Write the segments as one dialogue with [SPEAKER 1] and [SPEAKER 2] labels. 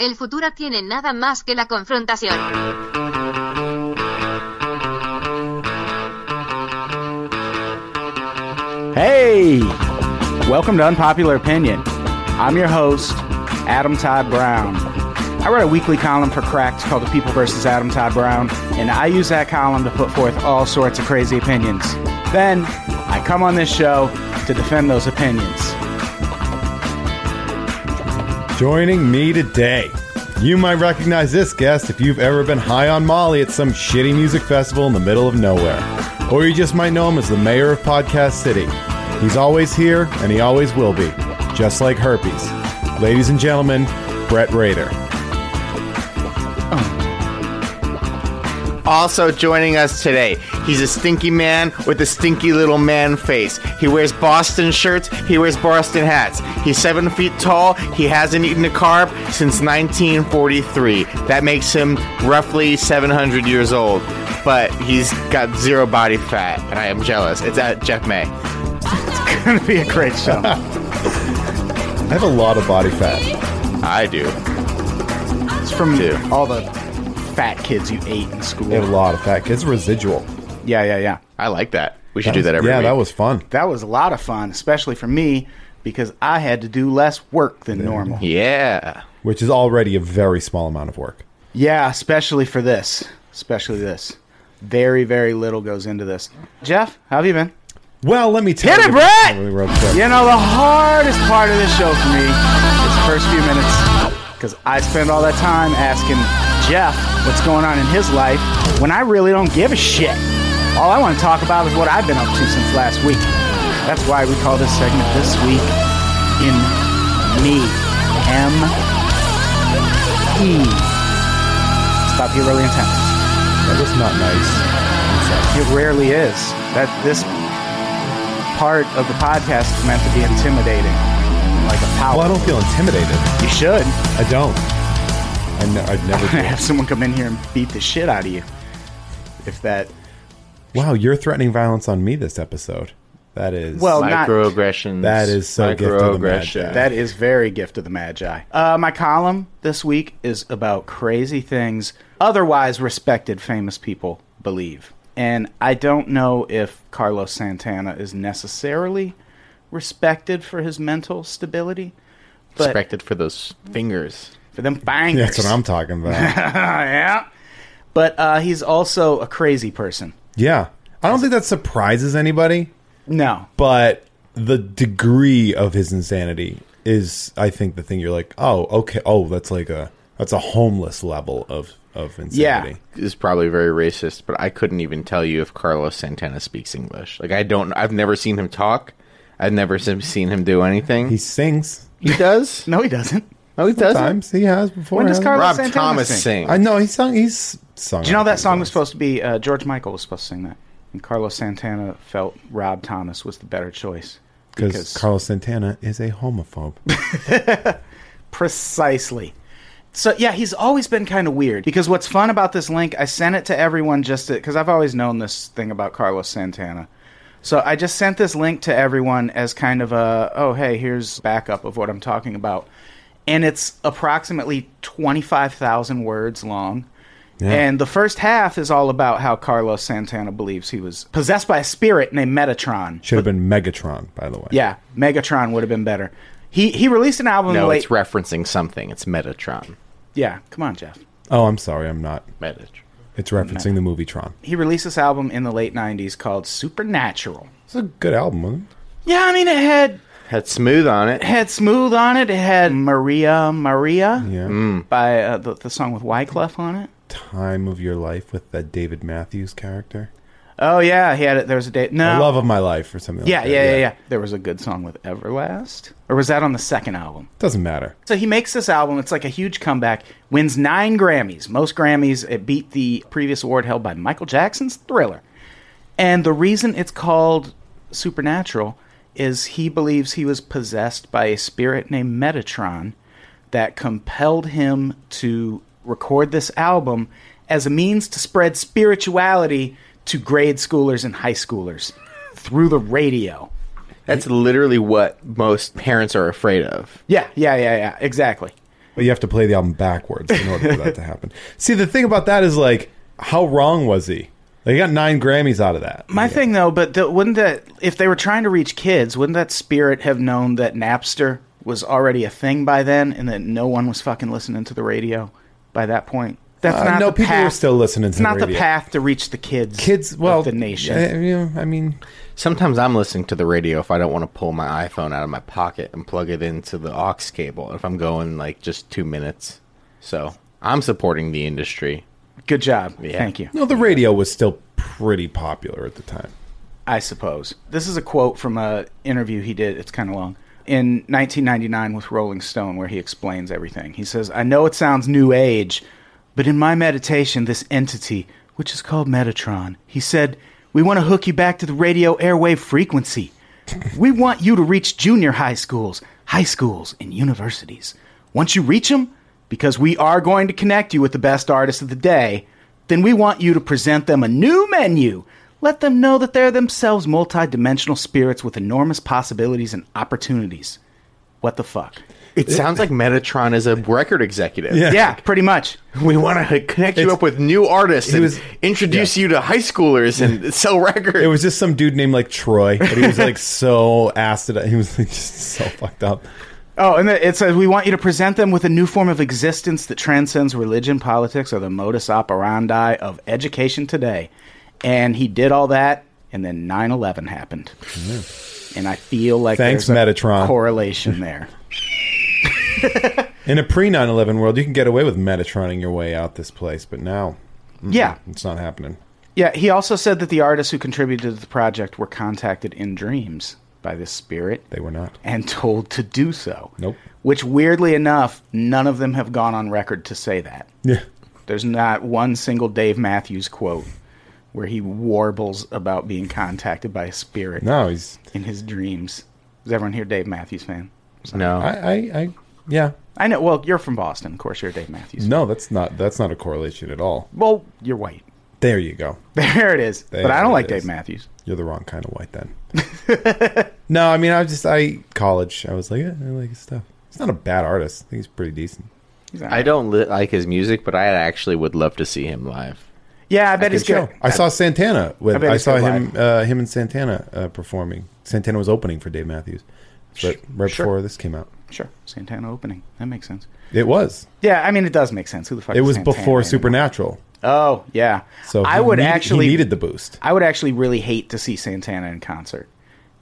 [SPEAKER 1] El futuro tiene nada más que la confrontación.
[SPEAKER 2] Hey! Welcome to Unpopular Opinion. I'm your host, Adam Todd Brown. I write a weekly column for Cracked called The People vs. Adam Todd Brown, and I use that column to put forth all sorts of crazy opinions. Then, I come on this show to defend those opinions.
[SPEAKER 3] Joining me today, you might recognize this guest if you've ever been high on Molly at some shitty music festival in the middle of nowhere. Or you just might know him as the mayor of Podcast City. He's always here and he always will be, just like herpes. Ladies and gentlemen, Brett Rader.
[SPEAKER 4] Also joining us today, he's a stinky man with a stinky little man face. He wears Boston shirts, he wears Boston hats. He's seven feet tall, he hasn't eaten a carb since 1943. That makes him roughly 700 years old, but he's got zero body fat, and I am jealous. It's at Jeff May.
[SPEAKER 2] It's going to be a great show.
[SPEAKER 3] I have a lot of body fat.
[SPEAKER 4] I do.
[SPEAKER 2] It's from
[SPEAKER 4] Two.
[SPEAKER 2] all the fat kids you ate in school.
[SPEAKER 3] I have a lot of fat. It's residual.
[SPEAKER 2] Yeah, yeah, yeah.
[SPEAKER 4] I like that. We should do that every
[SPEAKER 3] yeah,
[SPEAKER 4] week.
[SPEAKER 3] that was fun.
[SPEAKER 2] That was a lot of fun, especially for me, because I had to do less work than normal.
[SPEAKER 4] Yeah.
[SPEAKER 3] Which is already a very small amount of work.
[SPEAKER 2] Yeah, especially for this. Especially this. Very, very little goes into this. Jeff, how have you been?
[SPEAKER 3] Well, let me tell
[SPEAKER 2] Hit
[SPEAKER 3] you.
[SPEAKER 2] it, Brett!
[SPEAKER 3] Really real quick.
[SPEAKER 2] You know, the hardest part of this show for me is the first few minutes because I spend all that time asking Jeff what's going on in his life when I really don't give a shit. All I want to talk about is what I've been up to since last week. That's why we call this segment This Week in Me. M. E. Stop here really intense.
[SPEAKER 3] That was not nice.
[SPEAKER 2] It rarely is. That this part of the podcast is meant to be intimidating, like a power.
[SPEAKER 3] Well, I don't feel intimidated.
[SPEAKER 2] you should
[SPEAKER 3] I don't. I ne- I'd never do
[SPEAKER 2] have
[SPEAKER 3] it.
[SPEAKER 2] someone come in here and beat the shit out of you. If that,
[SPEAKER 3] Wow, you're threatening violence on me this episode. That is.
[SPEAKER 2] Well, Oh, not-
[SPEAKER 4] Microaggressions.
[SPEAKER 3] That is so gift of the mad
[SPEAKER 4] Microaggression.
[SPEAKER 3] guy.
[SPEAKER 2] that is very gift of the magi. Uh, my column this week is about crazy things otherwise respected famous people believe, and I don't know if Carlos Santana is necessarily respected for his mental stability. But
[SPEAKER 4] Respected for those fingers.
[SPEAKER 2] for them bangers.
[SPEAKER 3] That's what I'm talking about.
[SPEAKER 2] yeah. But uh, he's also a crazy person.
[SPEAKER 3] yeah. I don't think that surprises anybody,
[SPEAKER 2] No.
[SPEAKER 3] but the degree of his insanity is, I think, the thing you're like, oh, okay, oh, that's like a that's a homeless level of of insanity.
[SPEAKER 4] is probably very racist, but I couldn't even tell you if Carlos Santana speaks English. Like I don't. I've never seen him talk. I've never se- seen him do anything.
[SPEAKER 3] He sings.
[SPEAKER 4] he does.
[SPEAKER 2] No, Oh, he doesn't.
[SPEAKER 4] No, he doesn't.
[SPEAKER 3] Sometimes he has before.
[SPEAKER 2] When does
[SPEAKER 3] hasn't he?
[SPEAKER 2] Carlos
[SPEAKER 4] Rob
[SPEAKER 2] Santana
[SPEAKER 4] Thomas
[SPEAKER 2] sing?
[SPEAKER 4] sing.
[SPEAKER 3] I know he's sung. He's sung.
[SPEAKER 2] Do you know that song was supposed to be uh, George Michael was supposed to sing that, and Carlos Santana felt Rob Thomas was the better choice
[SPEAKER 3] because Carlos Santana is a homophobe.
[SPEAKER 2] Precisely. So yeah, he's always been kind of weird. Because what's fun about this link, I sent it to everyone just because I've always known this thing about Carlos Santana. So I just sent this link to everyone as kind of a oh hey here's backup of what I'm talking about, and it's approximately twenty five thousand words long. And the first half is all about how Carlos Santana believes he was possessed by a spirit named Metatron.
[SPEAKER 3] Should have been Megatron, by the way.
[SPEAKER 2] Yeah, Megatron would have been better. He he released an album. in the
[SPEAKER 4] No,
[SPEAKER 2] late-
[SPEAKER 4] it's referencing something. It's Metatron.
[SPEAKER 2] Yeah, come on, Jeff.
[SPEAKER 3] Oh, I'm sorry. I'm not.
[SPEAKER 4] Metatron.
[SPEAKER 3] It's referencing the movie Tron.
[SPEAKER 2] He released this album in the late 90s called Supernatural.
[SPEAKER 3] It's a good album, wasn't it?
[SPEAKER 2] Yeah, I mean, it had
[SPEAKER 4] Had smooth on it.
[SPEAKER 2] had Smooth on it. It had Maria Maria
[SPEAKER 3] Yeah.
[SPEAKER 2] by uh, the, the song with Wyclef on it.
[SPEAKER 3] Time of Your Life with that David Matthews character.
[SPEAKER 2] Oh, yeah, he had it. There was a date. No.
[SPEAKER 3] The Love of My Life or something
[SPEAKER 2] Uh, yeah,
[SPEAKER 3] like that.
[SPEAKER 2] yeah, yeah, yeah. There was a good song with Everlast. Or was that on the second album?
[SPEAKER 3] Doesn't matter.
[SPEAKER 2] So he makes this album. It's like a huge comeback. Wins nine Grammys, most Grammys. It beat the previous award held by Michael Jackson's Thriller. And the reason it's called Supernatural is he believes he was possessed by a spirit named Metatron that compelled him to record this album as a means to spread spirituality to grade schoolers and high schoolers through the radio.
[SPEAKER 4] That's literally what most parents are afraid of.
[SPEAKER 2] Yeah, yeah, yeah, yeah, exactly.
[SPEAKER 3] but you have to play the album backwards in order for that to happen. See, the thing about that is like, how wrong was he? Like, he got nine Grammys out of that.
[SPEAKER 2] My thing though, but the, wouldn't that if they were trying to reach kids, wouldn't that spirit have known that Napster was already a thing by then, and that no one was fucking listening to the radio by that point? That's
[SPEAKER 3] Uh,
[SPEAKER 2] not
[SPEAKER 3] no,
[SPEAKER 2] the
[SPEAKER 3] people
[SPEAKER 2] path.
[SPEAKER 3] were still listening to
[SPEAKER 2] It's not
[SPEAKER 3] the
[SPEAKER 2] the,
[SPEAKER 3] radio.
[SPEAKER 2] path to reach the kids.
[SPEAKER 3] Kids,
[SPEAKER 2] of
[SPEAKER 3] well, eh,
[SPEAKER 2] the nation.
[SPEAKER 3] I, you know, I mean,
[SPEAKER 4] Sometimes I'm listening to the radio if I don't want to pull my iPhone out of my pocket and plug it into the aux cable if I'm going like just two minutes. So I'm supporting the industry.
[SPEAKER 2] Good job. Thank you.
[SPEAKER 3] no, the radio was still pretty popular at the time.
[SPEAKER 2] I suppose. This is a quote from a interview he did. It's kind of long. In 1999 with Rolling Stone where he explains everything. He says, "I know it sounds new age, but in my meditation this entity, which is called Metatron, he said, "We want to hook you back to the radio airwave frequency. We want you to reach junior high schools, high schools, and universities. Once you reach them, because we are going to connect you with the best artists of the day, then we want you to present them a new menu. Let them know that they're themselves multidimensional spirits with enormous possibilities and opportunities. What the fuck?
[SPEAKER 4] It sounds like Metatron is a record executive.
[SPEAKER 3] Yeah.
[SPEAKER 2] Yeah, pretty much.
[SPEAKER 4] We want to connect you
[SPEAKER 3] It's-
[SPEAKER 4] up with new artists and
[SPEAKER 3] was-
[SPEAKER 4] introduce you to high schoolers and sell records.
[SPEAKER 3] It was just some dude named like Troy, but he was like so acid. He was like just so fucked up.
[SPEAKER 2] Oh, and it says we want you to present them with a new form of existence that transcends religion, politics, or the modus operandi of education today. And he did all that, and then 9/11 happened. And I feel like
[SPEAKER 3] Thanks,
[SPEAKER 2] there's a
[SPEAKER 3] Metatron.
[SPEAKER 2] correlation there.
[SPEAKER 3] In a pre 9 11 world, you can get away with Metatroning your way out this place, but now
[SPEAKER 2] yeah,
[SPEAKER 3] it's not happening.
[SPEAKER 2] yeah. He also said that the artists who contributed to the project were contacted in dreams by this spirit.
[SPEAKER 3] They were not.
[SPEAKER 2] and told to do so.
[SPEAKER 3] Nope.
[SPEAKER 2] Which, weirdly enough, none of them have gone on record to say that.
[SPEAKER 3] Yeah.
[SPEAKER 2] There's not one single Dave Matthews quote where he warbles about being contacted by a spirit
[SPEAKER 3] No, he's.
[SPEAKER 2] in his dreams. Is everyone here a Dave Matthews fan?
[SPEAKER 4] no.
[SPEAKER 3] I, I, I, yeah.
[SPEAKER 2] I know. Well, you're from Boston. Of course, you're a Dave Matthews.
[SPEAKER 3] No, that's not, that's not a correlation at all.
[SPEAKER 2] Well, you're white.
[SPEAKER 3] There you go.
[SPEAKER 2] There it is. but I
[SPEAKER 3] There
[SPEAKER 2] don't
[SPEAKER 3] it
[SPEAKER 2] like
[SPEAKER 3] is.
[SPEAKER 2] Dave Matthews.
[SPEAKER 3] You're the wrong kind of white then. no, I mean, I was just, I, college, I was like, yeah, I like his stuff. He's not a bad artist. I think he's pretty decent.
[SPEAKER 2] He's not-
[SPEAKER 4] I don't li- like his music, but I actually would love to see him live.
[SPEAKER 2] yeah, I bet he's good.
[SPEAKER 3] Good show. I saw Santana with.
[SPEAKER 2] I bet
[SPEAKER 3] I,
[SPEAKER 2] he's
[SPEAKER 3] saw
[SPEAKER 2] good
[SPEAKER 3] him. Uh, him and Santana uh, performing. Santana was opening for Dave Matthews, but right
[SPEAKER 2] sure.
[SPEAKER 3] before this came out,
[SPEAKER 2] Sure. Santana opening. That makes sense.
[SPEAKER 3] it was.
[SPEAKER 2] Yeah, I mean, it does make sense. Who the fuck
[SPEAKER 3] It
[SPEAKER 2] is
[SPEAKER 3] was
[SPEAKER 2] Santana
[SPEAKER 3] before
[SPEAKER 2] anyway?
[SPEAKER 3] Supernatural,
[SPEAKER 2] Oh, yeah.
[SPEAKER 3] so
[SPEAKER 2] I
[SPEAKER 3] he
[SPEAKER 2] would
[SPEAKER 3] need-
[SPEAKER 2] actually
[SPEAKER 3] he needed the boost.
[SPEAKER 2] I would actually really hate to see Santana in concert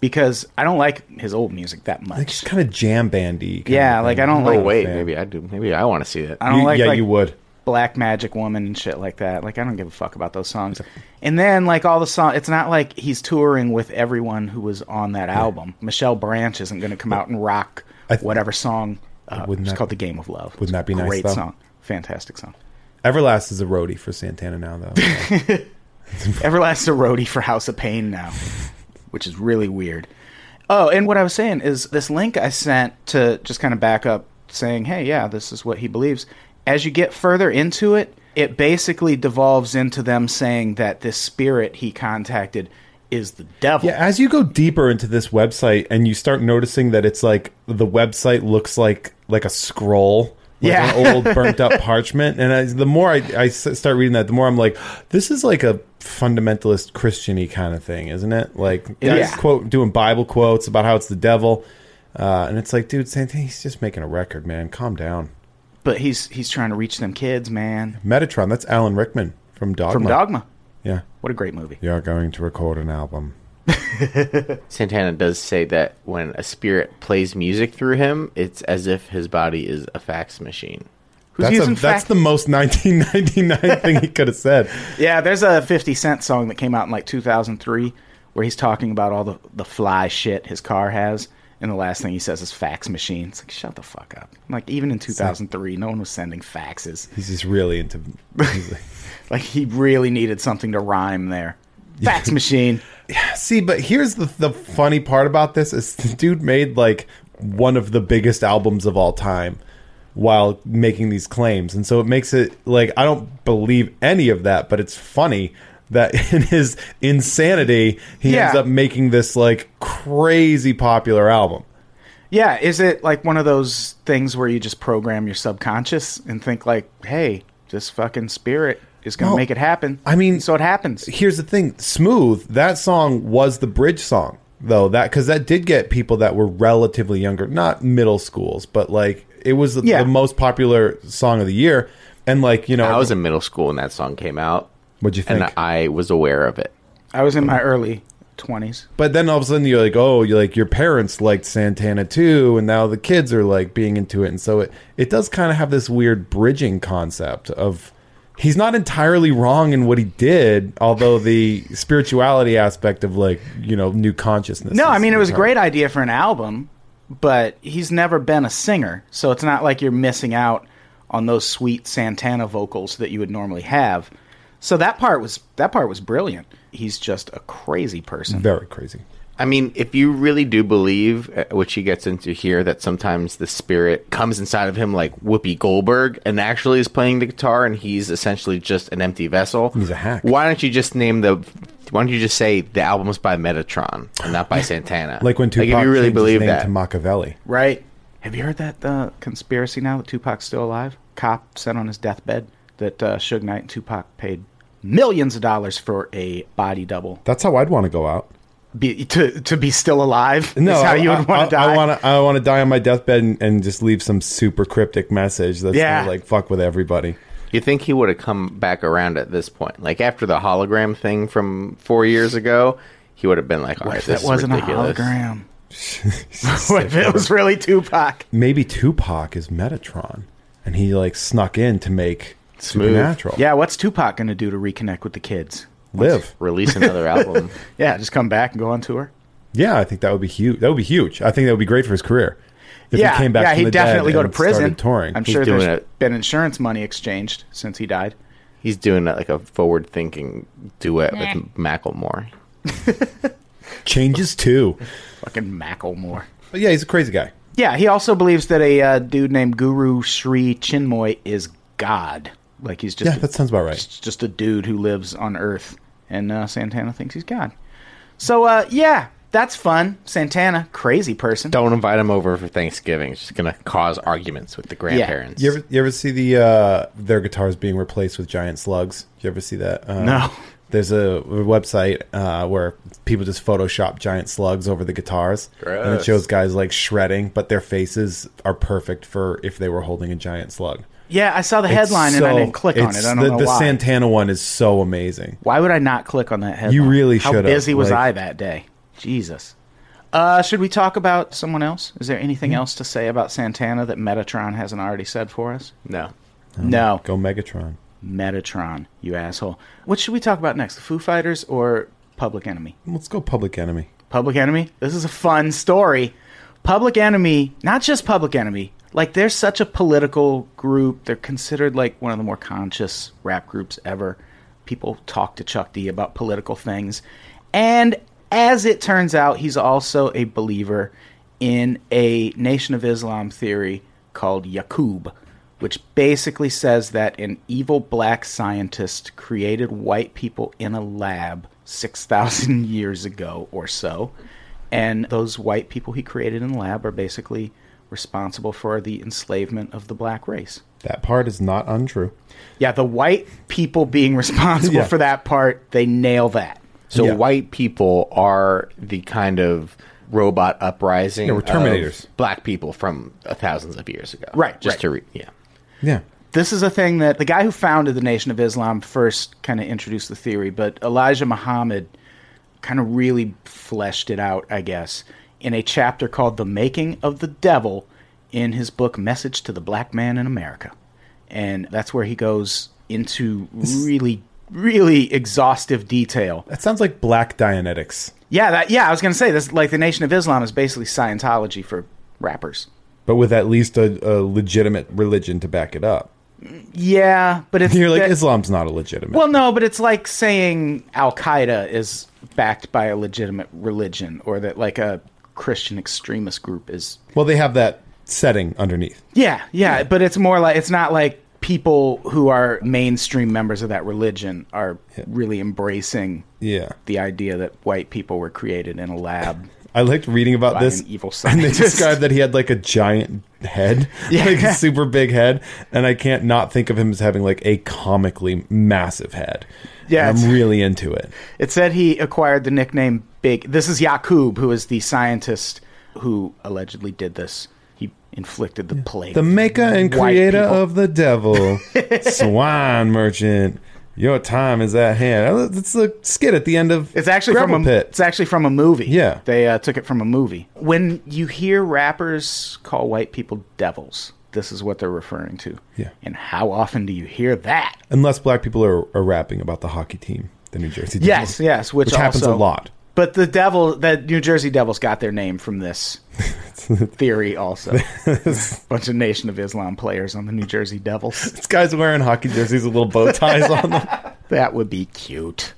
[SPEAKER 2] because I don't like his old music that
[SPEAKER 3] Like just
[SPEAKER 2] much.
[SPEAKER 3] kind of jam bandy. kinda
[SPEAKER 2] Yeah,
[SPEAKER 3] thing.
[SPEAKER 2] like I don't
[SPEAKER 4] Oh
[SPEAKER 2] like
[SPEAKER 4] wait,
[SPEAKER 3] fan.
[SPEAKER 4] maybe I do. Maybe I want to see it.
[SPEAKER 2] I don't
[SPEAKER 3] You-
[SPEAKER 2] like
[SPEAKER 3] yeah,
[SPEAKER 2] like
[SPEAKER 3] you would.
[SPEAKER 2] Black Magic Woman and shit like that. Like I don't give a fuck about those songs. And then like all the song, it's not like he's touring with everyone who was on that album. Michelle Branch isn't going to come out and rock
[SPEAKER 3] I th-
[SPEAKER 2] whatever song. Uh,
[SPEAKER 3] Wouldn't
[SPEAKER 2] it's
[SPEAKER 3] that-
[SPEAKER 2] called "The Game of Love." It's
[SPEAKER 3] wouldn't that be
[SPEAKER 2] a
[SPEAKER 3] nice,
[SPEAKER 2] Great
[SPEAKER 3] though?
[SPEAKER 2] song, fantastic song.
[SPEAKER 3] Everlast is a roadie for Santana now, though.
[SPEAKER 2] Everlast a roadie for House of Pain now, which is really weird. Oh, and what I was saying is this link I sent to just kind of back up saying, hey, yeah, this is what he believes. As you get further into it, it basically devolves into them saying that this spirit he contacted is the devil.
[SPEAKER 3] Yeah, as you go deeper into this website and you start noticing that it's like the website looks like like a scroll, like
[SPEAKER 2] Yeah.
[SPEAKER 3] an old burnt up parchment. And I, the more I, I s- start reading that, the more I'm like, this is like a fundamentalist Christiany kind of thing, isn't it? Like guys
[SPEAKER 2] Yeah.
[SPEAKER 3] quote doing Bible quotes about how it's the devil, uh, and it's like, dude, Santana, he's just making a record, man. Calm down.
[SPEAKER 2] But he's he's trying to reach them kids, man.
[SPEAKER 3] Metatron, that's Alan Rickman from Dogma.
[SPEAKER 2] From Dogma.
[SPEAKER 3] Yeah,
[SPEAKER 2] What a great movie.
[SPEAKER 3] you're going to record an album.
[SPEAKER 4] Santana does say that when a spirit plays music through him, it's as if his body is a fax machine.
[SPEAKER 2] Who's
[SPEAKER 3] that's a,
[SPEAKER 2] using
[SPEAKER 3] that's
[SPEAKER 2] fact-
[SPEAKER 3] the most 1999 thing he could have said.
[SPEAKER 2] Yeah, there's a 50 Cent song that came out in like 2003 where he's talking about all the, the fly shit his car has. And the last thing he says is fax machine. It's like, shut the fuck up. Like, even in 2003, no one was sending faxes.
[SPEAKER 3] He's just really into. he's like-
[SPEAKER 2] Like, he really needed something to rhyme there. Fax machine.
[SPEAKER 3] See, but here's the the funny part about this is the dude made like one of the biggest albums of all time while making these claims, and so it makes it like I don't believe any of that, but it's funny that in his insanity he
[SPEAKER 2] Yeah.
[SPEAKER 3] ends up making this like crazy popular album.
[SPEAKER 2] Yeah, is it like one of those things where you just program your subconscious and think like, "Hey, this fucking spirit is going to
[SPEAKER 3] No.
[SPEAKER 2] make it happen."
[SPEAKER 3] I mean-
[SPEAKER 2] And so it happens.
[SPEAKER 3] Here's the thing, Smooth, that song was the bridge song though, that cuz that did get people that were relatively younger, not middle schools, but like it was the,
[SPEAKER 2] Yeah.
[SPEAKER 3] the most popular song of the year and like, you know,
[SPEAKER 4] I was in middle school when that song came out,
[SPEAKER 3] what'd you think?
[SPEAKER 4] and I was aware of it.
[SPEAKER 2] I was in my early 20s.
[SPEAKER 3] But then all of a sudden you're like, oh, you like your parents liked Santana too, and now the kids are like being into it, and so it it does kind of have this weird bridging concept of he's not entirely wrong in what he did, although the spirituality aspect of like you know new consciousness.
[SPEAKER 2] No, I
[SPEAKER 3] is-
[SPEAKER 2] mean it was a
[SPEAKER 3] is
[SPEAKER 2] great idea for an album, but he's never been a singer, so it's not like you're missing out on those sweet Santana vocals that you would normally have. So that part was that part was brilliant. He's just a crazy person.
[SPEAKER 3] very crazy.
[SPEAKER 4] I mean, if you really do believe, uh, which he gets into here, that sometimes the spirit comes inside of him like Whoopi Goldberg and actually is playing the guitar and he's essentially just an empty vessel.
[SPEAKER 3] He's a hack.
[SPEAKER 4] Why don't you just name the. Why don't you just say the album's by Metatron and not by Santana?
[SPEAKER 3] Like when Tupac
[SPEAKER 4] like if you
[SPEAKER 3] changed
[SPEAKER 4] really
[SPEAKER 3] his
[SPEAKER 4] believe
[SPEAKER 3] name
[SPEAKER 4] that,
[SPEAKER 3] to Machiavelli.
[SPEAKER 2] Right. Have you heard that uh, conspiracy now that Tupac's still alive? Cop said on his deathbed that uh, Suge Knight and Tupac paid millions of dollars for a body double
[SPEAKER 3] That's how I'd want to go out.
[SPEAKER 2] be, to to be still alive. is how
[SPEAKER 3] I,
[SPEAKER 2] you would want to die.
[SPEAKER 3] I want to. I want to die on my deathbed and, and just leave some super cryptic message that's
[SPEAKER 2] Yeah.
[SPEAKER 3] gonna, like fuck with everybody.
[SPEAKER 4] you think he would have come back around at this point? Like after the hologram thing from four years ago, he would have been like, "All right,
[SPEAKER 2] if
[SPEAKER 4] this
[SPEAKER 2] that wasn't
[SPEAKER 4] is ridiculous."
[SPEAKER 2] a hologram. what if it was really Tupac?
[SPEAKER 3] maybe Tupac is Metatron, and he like snuck in to make
[SPEAKER 4] Smooth.
[SPEAKER 3] Supernatural.
[SPEAKER 2] Yeah, what's Tupac going to do to reconnect with the kids?
[SPEAKER 3] live.
[SPEAKER 4] Release another album.
[SPEAKER 2] Yeah, just come back and go on tour.
[SPEAKER 3] Yeah, I think that would be huge. That would be huge. I think that would be great for his career. If
[SPEAKER 2] yeah, yeah,
[SPEAKER 3] from
[SPEAKER 2] he'd
[SPEAKER 3] the dead
[SPEAKER 2] definitely go to
[SPEAKER 3] and started
[SPEAKER 2] prison.
[SPEAKER 3] Touring.
[SPEAKER 2] I'm sure
[SPEAKER 4] doing
[SPEAKER 2] there's
[SPEAKER 4] it.
[SPEAKER 2] been insurance money exchanged since he died.
[SPEAKER 4] He's doing like a forward thinking duet with Macklemore.
[SPEAKER 3] changes too.
[SPEAKER 2] Fucking Macklemore.
[SPEAKER 3] But yeah, he's a crazy guy.
[SPEAKER 2] Yeah, he also believes that a uh, dude named Guru Sri Chinmoy is God. Like he's just
[SPEAKER 3] Yeah, that sounds about right.
[SPEAKER 2] It's just a dude who lives on Earth, and uh, Santana thinks he's God. So uh, yeah, that's fun. Santana, crazy person.
[SPEAKER 4] Don't invite him over for Thanksgiving. It's just going to cause arguments with the grandparents.
[SPEAKER 3] You ever you ever see the uh, their guitars being replaced with giant slugs? You ever see that? Uh,
[SPEAKER 2] No.
[SPEAKER 3] There's a website uh, where people just Photoshop giant slugs over the guitars, and it
[SPEAKER 4] Gross.
[SPEAKER 3] shows guys like shredding, but their faces are perfect for if they were holding a giant slug.
[SPEAKER 2] Yeah, I saw the
[SPEAKER 3] It's
[SPEAKER 2] headline and I
[SPEAKER 3] so-
[SPEAKER 2] didn't click on it. I
[SPEAKER 3] it's-
[SPEAKER 2] don't
[SPEAKER 3] the,
[SPEAKER 2] know
[SPEAKER 3] the
[SPEAKER 2] why.
[SPEAKER 3] Santana one is so amazing.
[SPEAKER 2] Why would I not click on that headline?
[SPEAKER 3] You really
[SPEAKER 2] How
[SPEAKER 3] should've,
[SPEAKER 2] busy was
[SPEAKER 3] like-
[SPEAKER 2] I that day? Jesus. Uh, should we talk about someone else? Is there anything else to say about Santana that Metatron hasn't already said for us?
[SPEAKER 4] No.
[SPEAKER 2] No.
[SPEAKER 3] Go Megatron.
[SPEAKER 2] Metatron, you asshole. What should we talk about next? The Foo Fighters or Public Enemy?
[SPEAKER 3] Let's go Public Enemy.
[SPEAKER 2] Public Enemy? This is a fun story. Public Enemy, not just Public Enemy, like they're such a political group. They're considered like one of the more conscious rap groups ever. People talk to Chuck D about political things. And as it turns out, he's also a believer in a Nation of Islam theory called Yaqub, which basically says that an evil black scientist created white people in a lab 6,000 years ago or so. And those white people he created in the lab are basically responsible for the enslavement of the black race.
[SPEAKER 3] That part is not untrue.
[SPEAKER 2] Yeah, the white people being responsible
[SPEAKER 3] Yeah.
[SPEAKER 2] for that part, they nail that.
[SPEAKER 4] So
[SPEAKER 3] Yeah.
[SPEAKER 4] white people are the kind of robot uprising.
[SPEAKER 3] we're
[SPEAKER 4] of
[SPEAKER 3] Terminators.
[SPEAKER 4] black people from uh, thousands of years ago.
[SPEAKER 2] Right,
[SPEAKER 4] Just
[SPEAKER 2] right.
[SPEAKER 4] to re- yeah.
[SPEAKER 3] Yeah.
[SPEAKER 2] this is a thing that the guy who founded the Nation of Islam first kind of introduced the theory, but Elijah Muhammad kind of really fleshed it out, I guess, in a chapter called The Making of the Devil in his book Message to the Black Man in America. And that's where he goes into really, really exhaustive detail.
[SPEAKER 3] That sounds like Black Dianetics,
[SPEAKER 2] Yeah, that, yeah, I was going to say this like the Nation of Islam is basically Scientology for rappers.
[SPEAKER 3] but with at least a, a legitimate religion to back it up.
[SPEAKER 2] Yeah, but it's
[SPEAKER 3] You're like,
[SPEAKER 2] that-
[SPEAKER 3] Islam's not a legitimate.
[SPEAKER 2] Well, no, but it's like saying Al Qaeda is backed by a legitimate religion, or that like a Christian extremist group is.
[SPEAKER 3] well, they have that setting underneath.
[SPEAKER 2] Yeah, yeah, but it's more like it's not like people who are mainstream members of that religion are really embracing
[SPEAKER 3] Yeah.
[SPEAKER 2] the idea that white people were created in a lab
[SPEAKER 3] I liked reading about
[SPEAKER 2] By
[SPEAKER 3] this
[SPEAKER 2] an evil
[SPEAKER 3] and they
[SPEAKER 2] scientist.
[SPEAKER 3] described that he had like a giant head, like a super big head, and I can't not think of him as having like a comically massive head.
[SPEAKER 2] Yeah,
[SPEAKER 3] And I'm
[SPEAKER 2] it's-
[SPEAKER 3] really into it.
[SPEAKER 2] It said he acquired the nickname Big. This is Yakub, who is the scientist who allegedly did this. He inflicted the plague.
[SPEAKER 3] The maker and
[SPEAKER 2] White
[SPEAKER 3] creator
[SPEAKER 2] people.
[SPEAKER 3] of the devil, swine merchant. Your time is at hand. Uh, It's a skit at the end of
[SPEAKER 2] It's actually
[SPEAKER 3] Gravel
[SPEAKER 2] from a
[SPEAKER 3] pit.
[SPEAKER 2] it's actually from a movie.
[SPEAKER 3] Yeah.
[SPEAKER 2] they uh, took it from a movie. When you hear rappers call white people devils, this is what they're referring to.
[SPEAKER 3] Yeah.
[SPEAKER 2] and how often do you hear that?
[SPEAKER 3] Unless black people are, are rapping about the hockey team, the New Jersey. Devils,
[SPEAKER 2] Yes, yes, which,
[SPEAKER 3] happens
[SPEAKER 2] also-
[SPEAKER 3] a lot.
[SPEAKER 2] But the devil, the New Jersey Devils, got their name from this theory. Also, bunch of Nation of Islam players on the New Jersey Devils.
[SPEAKER 3] This guy's wearing hockey jerseys with little bow ties on them.
[SPEAKER 2] That would be cute.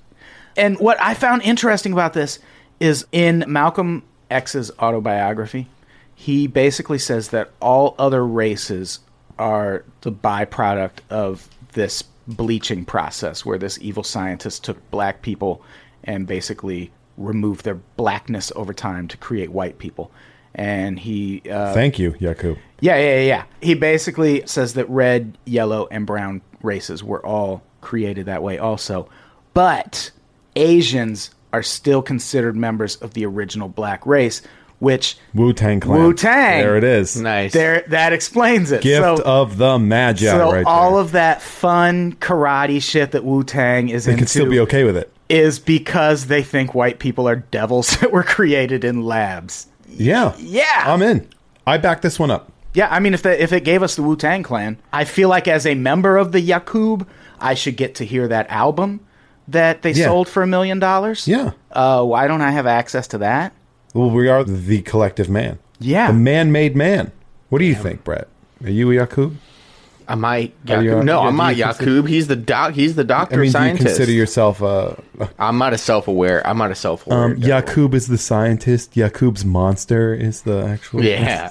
[SPEAKER 2] And what I found interesting about this is in Malcolm X's autobiography, he basically says that all other races are the byproduct of this bleaching process where this evil scientist took black people and basically removed their blackness over time to create white people. And he uh,
[SPEAKER 3] Thank you, Yakub.
[SPEAKER 2] yeah, yeah, yeah, yeah. He basically says that red, yellow, and brown races were all created that way, also. But Asians are still considered members of the original black race, which
[SPEAKER 3] Wu Tang Clan.
[SPEAKER 2] Wu-Tang.
[SPEAKER 3] There it is.
[SPEAKER 4] Nice.
[SPEAKER 2] there that explains it.
[SPEAKER 3] Gift
[SPEAKER 2] so,
[SPEAKER 3] of the Magi.
[SPEAKER 2] so
[SPEAKER 3] right
[SPEAKER 2] all
[SPEAKER 3] there.
[SPEAKER 2] of that fun karate shit that Wu Tang is
[SPEAKER 3] they
[SPEAKER 2] into
[SPEAKER 3] could still be okay with it.
[SPEAKER 2] is because they think white people are devils that were created in labs.
[SPEAKER 3] Yeah.
[SPEAKER 2] yeah.
[SPEAKER 3] I'm in. I back this one up.
[SPEAKER 2] Yeah, I mean, if the, if it gave us the Wu Tang Clan, I feel like as a member of the Yakub, I should get to hear that album that they
[SPEAKER 3] Yeah.
[SPEAKER 2] sold for a million dollars.
[SPEAKER 3] Yeah.
[SPEAKER 2] Uh, why don't I have access to that?
[SPEAKER 3] Well, we are the collective man.
[SPEAKER 2] Yeah.
[SPEAKER 3] The man made man. What do you think, Brett? Are you a Yakub?
[SPEAKER 4] Am I
[SPEAKER 3] Are you- uh,
[SPEAKER 4] Yakub? No,
[SPEAKER 3] yeah,
[SPEAKER 4] I'm
[SPEAKER 3] do
[SPEAKER 4] not
[SPEAKER 3] you consider-
[SPEAKER 4] Yakub. He's the doc. He's the
[SPEAKER 3] I
[SPEAKER 4] doctor
[SPEAKER 3] mean,
[SPEAKER 4] scientist.
[SPEAKER 3] do you consider yourself a.
[SPEAKER 4] I'm not a self-aware. I'm not a self-aware.
[SPEAKER 3] Um,
[SPEAKER 4] devil.
[SPEAKER 3] Yakub is the scientist. Yakub's monster is the actual.
[SPEAKER 4] Yeah.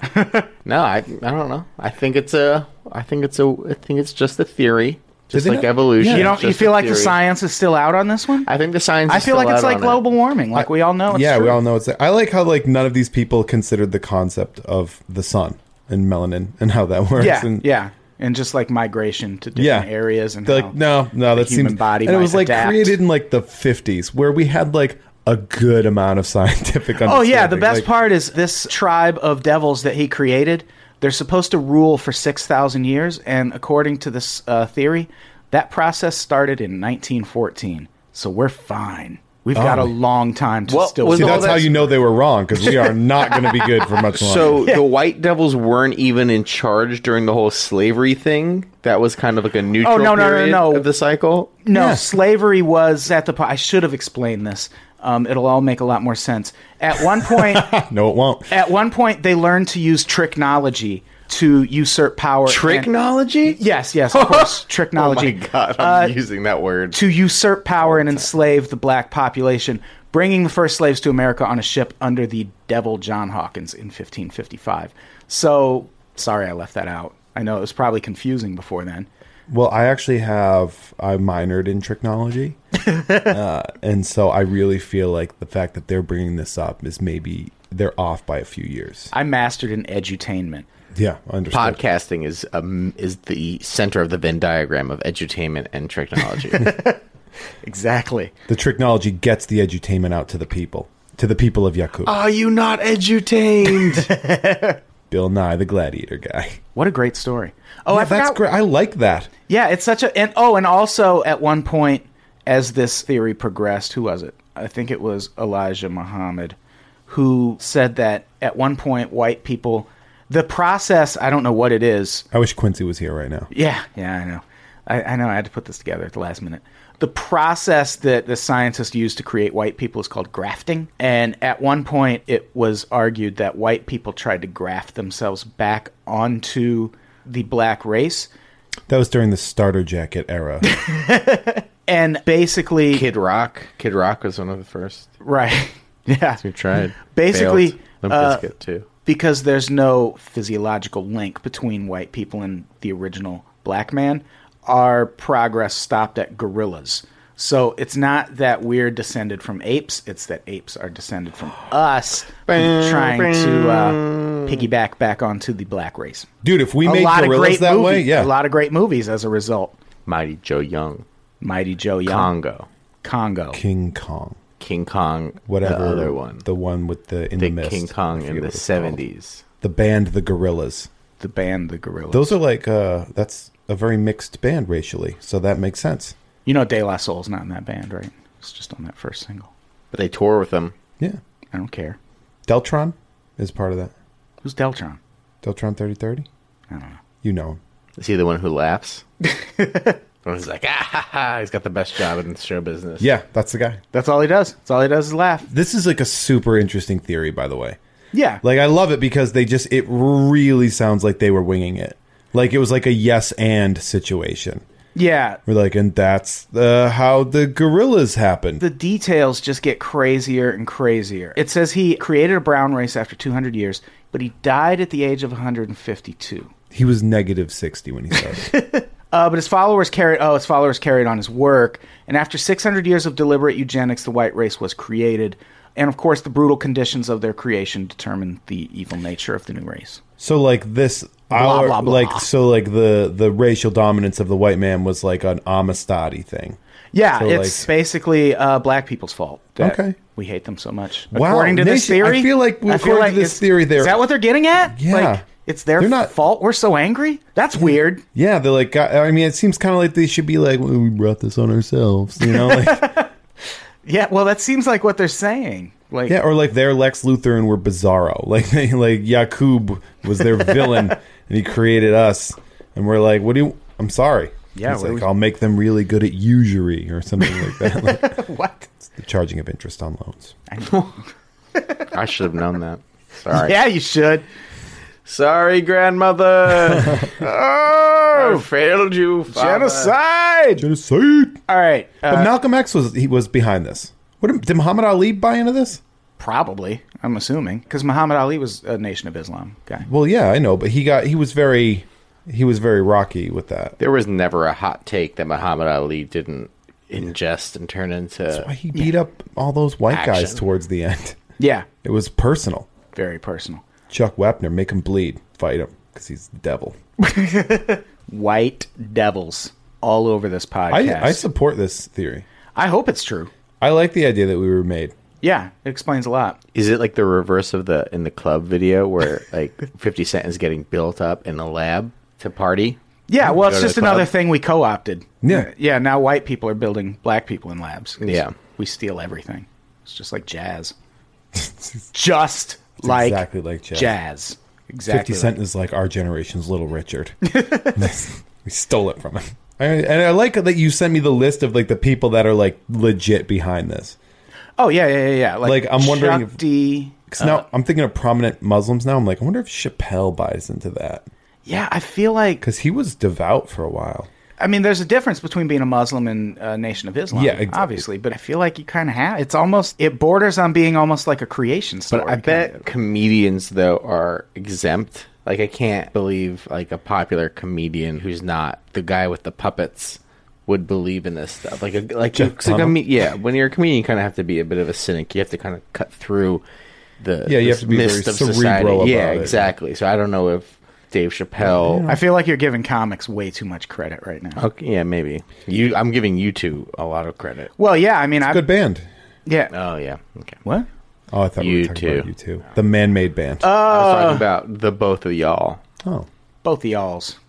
[SPEAKER 4] no, I I don't know. I think it's a I think it's a I think it's just a theory, just
[SPEAKER 3] they
[SPEAKER 4] like
[SPEAKER 3] not-
[SPEAKER 4] evolution.
[SPEAKER 3] Yeah.
[SPEAKER 2] You
[SPEAKER 4] it's
[SPEAKER 2] don't. You
[SPEAKER 4] just
[SPEAKER 2] feel
[SPEAKER 4] a
[SPEAKER 2] like the
[SPEAKER 4] theory.
[SPEAKER 2] science is still out on this one? I,
[SPEAKER 4] I think the science. is
[SPEAKER 2] feel like
[SPEAKER 4] still
[SPEAKER 2] it's
[SPEAKER 4] out
[SPEAKER 2] like
[SPEAKER 4] on it.
[SPEAKER 2] global warming. Like we all know. Oh, It's
[SPEAKER 3] yeah,
[SPEAKER 2] true.
[SPEAKER 3] we all know it's. I like how like none of these people considered the concept of the sun and melanin and how that works.
[SPEAKER 2] Yeah,
[SPEAKER 3] and,
[SPEAKER 2] yeah, and just like migration to different areas and
[SPEAKER 3] They're
[SPEAKER 2] how
[SPEAKER 3] like no, no,
[SPEAKER 2] the
[SPEAKER 3] that
[SPEAKER 2] human
[SPEAKER 3] seems
[SPEAKER 2] body
[SPEAKER 3] and it
[SPEAKER 2] might
[SPEAKER 3] was like
[SPEAKER 2] adapt.
[SPEAKER 3] created in like the fifties where we had like a good amount of scientific.
[SPEAKER 2] Oh yeah, the
[SPEAKER 3] understanding.
[SPEAKER 2] best
[SPEAKER 3] Like,
[SPEAKER 2] part is this tribe of devils that he created. They're supposed to rule for six thousand years, and according to this uh, theory, that process started in 1914. So we're fine. We've got a long time to
[SPEAKER 4] Well,
[SPEAKER 2] still.
[SPEAKER 4] was
[SPEAKER 3] Oh. See,
[SPEAKER 4] all
[SPEAKER 3] that's how
[SPEAKER 4] that's-
[SPEAKER 3] you know they were wrong because we are not going to be good for much longer.
[SPEAKER 4] So the white devils weren't even in charge during the whole slavery thing. That was kind of like a neutral
[SPEAKER 2] Oh, no, no, no,
[SPEAKER 4] period
[SPEAKER 2] no.
[SPEAKER 4] of the cycle.
[SPEAKER 2] No,
[SPEAKER 3] Yeah.
[SPEAKER 2] slavery was at the. Po- I should have explained this. Um, it'll all make a lot more sense. At one point,
[SPEAKER 3] no, it won't.
[SPEAKER 2] at one point, they learned to use tricknology to usurp power. and-
[SPEAKER 4] Trichnology?
[SPEAKER 2] Yes, yes, of course, Uh,
[SPEAKER 4] Oh
[SPEAKER 2] tricknology.
[SPEAKER 4] my god, I'm using that word.
[SPEAKER 2] to usurp power and enslave the black population, bringing the first slaves to America on a ship under the devil John Hawkins in 1555. So, sorry I left that out. I know it was probably confusing before then.
[SPEAKER 3] Well, I actually have I minored in technology, uh, and so I really feel like the fact that they're bringing this up is maybe they're off by a few years.
[SPEAKER 2] I mastered in edutainment.
[SPEAKER 3] Yeah, understood.
[SPEAKER 4] Podcasting is um, is the center of the Venn diagram of edutainment and technology.
[SPEAKER 2] Exactly.
[SPEAKER 3] The technology gets the edutainment out to the people, to the people of Yakub.
[SPEAKER 2] Uh.
[SPEAKER 4] Are you not edutained?
[SPEAKER 3] Bill Nye, the gladiator guy.
[SPEAKER 2] What a great story. Oh, I forgot.
[SPEAKER 3] that's great. I like that.
[SPEAKER 2] Yeah, it's such a and oh, and also at one point as this theory progressed, who was it? I think it was Elijah Muhammad who said that at one point white people the process, I don't know what it is,
[SPEAKER 3] I wish Quincy was here right now.
[SPEAKER 2] yeah, yeah, I know. I, I know. I had to put this together at the last minute. The process that the scientists used to create white people is called grafting. And at one point, it was argued that white people tried to graft themselves back onto the black race.
[SPEAKER 3] That was during the starter jacket era.
[SPEAKER 2] And basically,
[SPEAKER 4] Kid Rock. Kid Rock was one of the first
[SPEAKER 2] right. Yeah.
[SPEAKER 4] who tried.
[SPEAKER 2] Basically,
[SPEAKER 4] Failed. Limp
[SPEAKER 2] uh,
[SPEAKER 4] Bizkit too.
[SPEAKER 2] because there's no physiological link between white people and the original black man, our progress stopped at gorillas. So it's not that we're descended from apes; it's that apes are descended from us, trying to uh, piggyback back onto the black race.
[SPEAKER 3] Dude, if we
[SPEAKER 2] A
[SPEAKER 3] made
[SPEAKER 2] lot of
[SPEAKER 3] gorillas
[SPEAKER 2] great
[SPEAKER 3] that
[SPEAKER 2] movies.
[SPEAKER 3] way,
[SPEAKER 2] a
[SPEAKER 3] yeah.
[SPEAKER 2] lot of great movies as a result.
[SPEAKER 4] Mighty Joe Young,
[SPEAKER 2] Mighty Joe Young,
[SPEAKER 4] Congo,
[SPEAKER 2] Congo.
[SPEAKER 3] King Kong.
[SPEAKER 4] King Kong,
[SPEAKER 3] Whatever.
[SPEAKER 4] the other one,
[SPEAKER 3] The one with the in the,
[SPEAKER 4] the,
[SPEAKER 3] mist.
[SPEAKER 4] King
[SPEAKER 3] I
[SPEAKER 4] Kong
[SPEAKER 3] forget
[SPEAKER 4] in the
[SPEAKER 3] what it's called.
[SPEAKER 4] seventies.
[SPEAKER 3] The band The Gorillas.
[SPEAKER 2] the band, the gorilla.
[SPEAKER 3] Those are like uh that's a very mixed band racially, so that makes sense.
[SPEAKER 2] you know, De La Soul's not in that band, right? It's just on that first single.
[SPEAKER 4] But they tour with them.
[SPEAKER 3] Yeah.
[SPEAKER 2] I don't care.
[SPEAKER 3] Deltron is part of that.
[SPEAKER 2] Who's Deltron?
[SPEAKER 3] Deltron 3030?
[SPEAKER 2] I don't know.
[SPEAKER 3] You know him.
[SPEAKER 4] Is he the one who laughs? And he's like, ah, ha, ha. he's got the best job in the show business.
[SPEAKER 3] Yeah, that's the guy.
[SPEAKER 2] That's all he does. That's all he does is laugh.
[SPEAKER 3] This is like a super interesting theory, by the way.
[SPEAKER 2] Yeah,
[SPEAKER 3] Like I love it because they just it really sounds like they were winging it. Like it was like a yes and situation.
[SPEAKER 2] yeah.
[SPEAKER 3] We're like, and that's uh, how the gorillas happened.
[SPEAKER 2] the details just get crazier and crazier. It says he created a brown race after 200 years, but he died at the age of 152.
[SPEAKER 3] he was negative sixty when he started.
[SPEAKER 2] Uh, but his followers carried oh, his followers carried on his work, and after 600 years of deliberate eugenics, the white race was created, and of course, the brutal conditions of their creation determined the evil nature of the new race.
[SPEAKER 3] so like this, our
[SPEAKER 2] blah, blah.
[SPEAKER 3] like so like the the racial dominance of the white man was like an Amistadi thing.
[SPEAKER 2] Yeah,
[SPEAKER 3] So,
[SPEAKER 2] it's
[SPEAKER 3] like-
[SPEAKER 2] basically uh, black people's fault. that
[SPEAKER 3] Okay.
[SPEAKER 2] we hate them so much.
[SPEAKER 3] Wow,
[SPEAKER 2] according to this
[SPEAKER 3] Nation, I
[SPEAKER 2] theory,
[SPEAKER 3] feel like we-
[SPEAKER 2] I
[SPEAKER 3] according to this
[SPEAKER 2] it's-
[SPEAKER 3] theory, they're-
[SPEAKER 2] is that what they're getting at?
[SPEAKER 3] Yeah.
[SPEAKER 2] like, it's their
[SPEAKER 3] They're not-
[SPEAKER 2] fault. We're so angry. That's weird.
[SPEAKER 3] Yeah, they're like. I I mean, it seems kind of like they should be like, "Well, we brought this on ourselves, you know? Like,
[SPEAKER 2] Yeah, well, that seems like what they're saying. Like,
[SPEAKER 3] yeah, or like their Lex Luthor and we're Bizarro. Like they like Yakub was their villain and he created us, and we're like, what do you? I'm sorry.
[SPEAKER 2] Yeah,
[SPEAKER 3] He's
[SPEAKER 2] what
[SPEAKER 3] like
[SPEAKER 2] do we-
[SPEAKER 3] I'll make them really good at usury or something like that. Like,
[SPEAKER 2] what?
[SPEAKER 3] the charging of interest on loans.
[SPEAKER 4] I should have known that. Sorry.
[SPEAKER 2] Yeah, you should.
[SPEAKER 4] Sorry, grandmother. I failed you. Father.
[SPEAKER 2] Genocide.
[SPEAKER 3] Genocide.
[SPEAKER 2] All right.
[SPEAKER 3] But
[SPEAKER 2] Uh,
[SPEAKER 3] Malcolm X was he was behind this. What did Muhammad Ali buy into this?
[SPEAKER 2] probably, I'm assuming, because Muhammad Ali was a Nation of Islam guy.
[SPEAKER 3] Well, yeah, I know, but he got he was very he was very rocky with that.
[SPEAKER 4] There was never a hot take that Muhammad Ali didn't ingest and turn into.
[SPEAKER 3] Why He beat up all those white guys
[SPEAKER 4] Action.
[SPEAKER 3] towards the end.
[SPEAKER 2] Yeah,
[SPEAKER 3] It was personal.
[SPEAKER 2] very personal.
[SPEAKER 3] Chuck Wepner, make him bleed, fight him because he's the devil.
[SPEAKER 2] White devils all over this podcast.
[SPEAKER 3] I, I support this theory.
[SPEAKER 2] I hope it's true.
[SPEAKER 3] I like the idea that we were made.
[SPEAKER 2] Yeah, it explains a lot.
[SPEAKER 4] Is it like the reverse of the in the club video where like 50 Cent is getting built up in the lab to party?
[SPEAKER 2] Yeah, well, it's
[SPEAKER 4] Go to
[SPEAKER 2] just
[SPEAKER 4] the club.
[SPEAKER 2] another thing we co-opted.
[SPEAKER 3] Yeah.
[SPEAKER 2] yeah. Now white people are building black people in labs. 'cause
[SPEAKER 4] Yeah.
[SPEAKER 2] we steal everything. It's just like jazz. just like
[SPEAKER 3] exactly like jazz.
[SPEAKER 2] jazz. Exactly.
[SPEAKER 3] Fifty Cent is like our generation's Little Richard. we stole it from him. I, and I like that you sent me the list of like the people that are like legit behind this.
[SPEAKER 2] Oh yeah, yeah, yeah, yeah.
[SPEAKER 3] Like, I'm
[SPEAKER 2] Chuck
[SPEAKER 3] wondering if-
[SPEAKER 2] D.
[SPEAKER 3] Because
[SPEAKER 4] Uh-huh.
[SPEAKER 3] now I'm thinking of prominent Muslims. Now I'm like, I wonder if Chappelle buys into that
[SPEAKER 2] Yeah, I feel like.
[SPEAKER 3] because he was devout for a while.
[SPEAKER 2] I mean, there's a difference between being a Muslim and a Nation of Islam.
[SPEAKER 3] Yeah, exactly.
[SPEAKER 2] obviously. But I feel like you kind of have. It's almost. It borders on being almost like a creation story.
[SPEAKER 4] But I bet comedians though are exempt. Like I can't believe like a popular comedian who's not the guy with the puppets would believe in this stuff. Like a like,
[SPEAKER 3] Jeff
[SPEAKER 4] you- 'cause like
[SPEAKER 3] Dunham?
[SPEAKER 4] I mean, yeah, when you're a comedian, you kind of have to be a bit of a cynic. You have to kind of cut through the
[SPEAKER 3] Yeah, you have
[SPEAKER 4] this
[SPEAKER 3] to be very
[SPEAKER 4] mist of
[SPEAKER 3] cerebral
[SPEAKER 4] society.
[SPEAKER 3] about
[SPEAKER 4] yeah,
[SPEAKER 3] it.
[SPEAKER 4] exactly. So I don't know if Dave Chappelle.
[SPEAKER 2] I feel like you're giving comics way too much credit right now.
[SPEAKER 4] Okay, yeah, maybe you. I'm giving you two a lot of credit.
[SPEAKER 2] Well, yeah. I mean, I
[SPEAKER 3] Good band.
[SPEAKER 2] yeah.
[SPEAKER 4] Oh yeah, okay.
[SPEAKER 2] what?
[SPEAKER 3] Oh, I thought we were
[SPEAKER 4] You
[SPEAKER 3] talking about
[SPEAKER 4] too. Uh,
[SPEAKER 3] you too. The man-made band.
[SPEAKER 4] I was talking about the both of y'all.
[SPEAKER 3] oh,
[SPEAKER 2] Both the alls.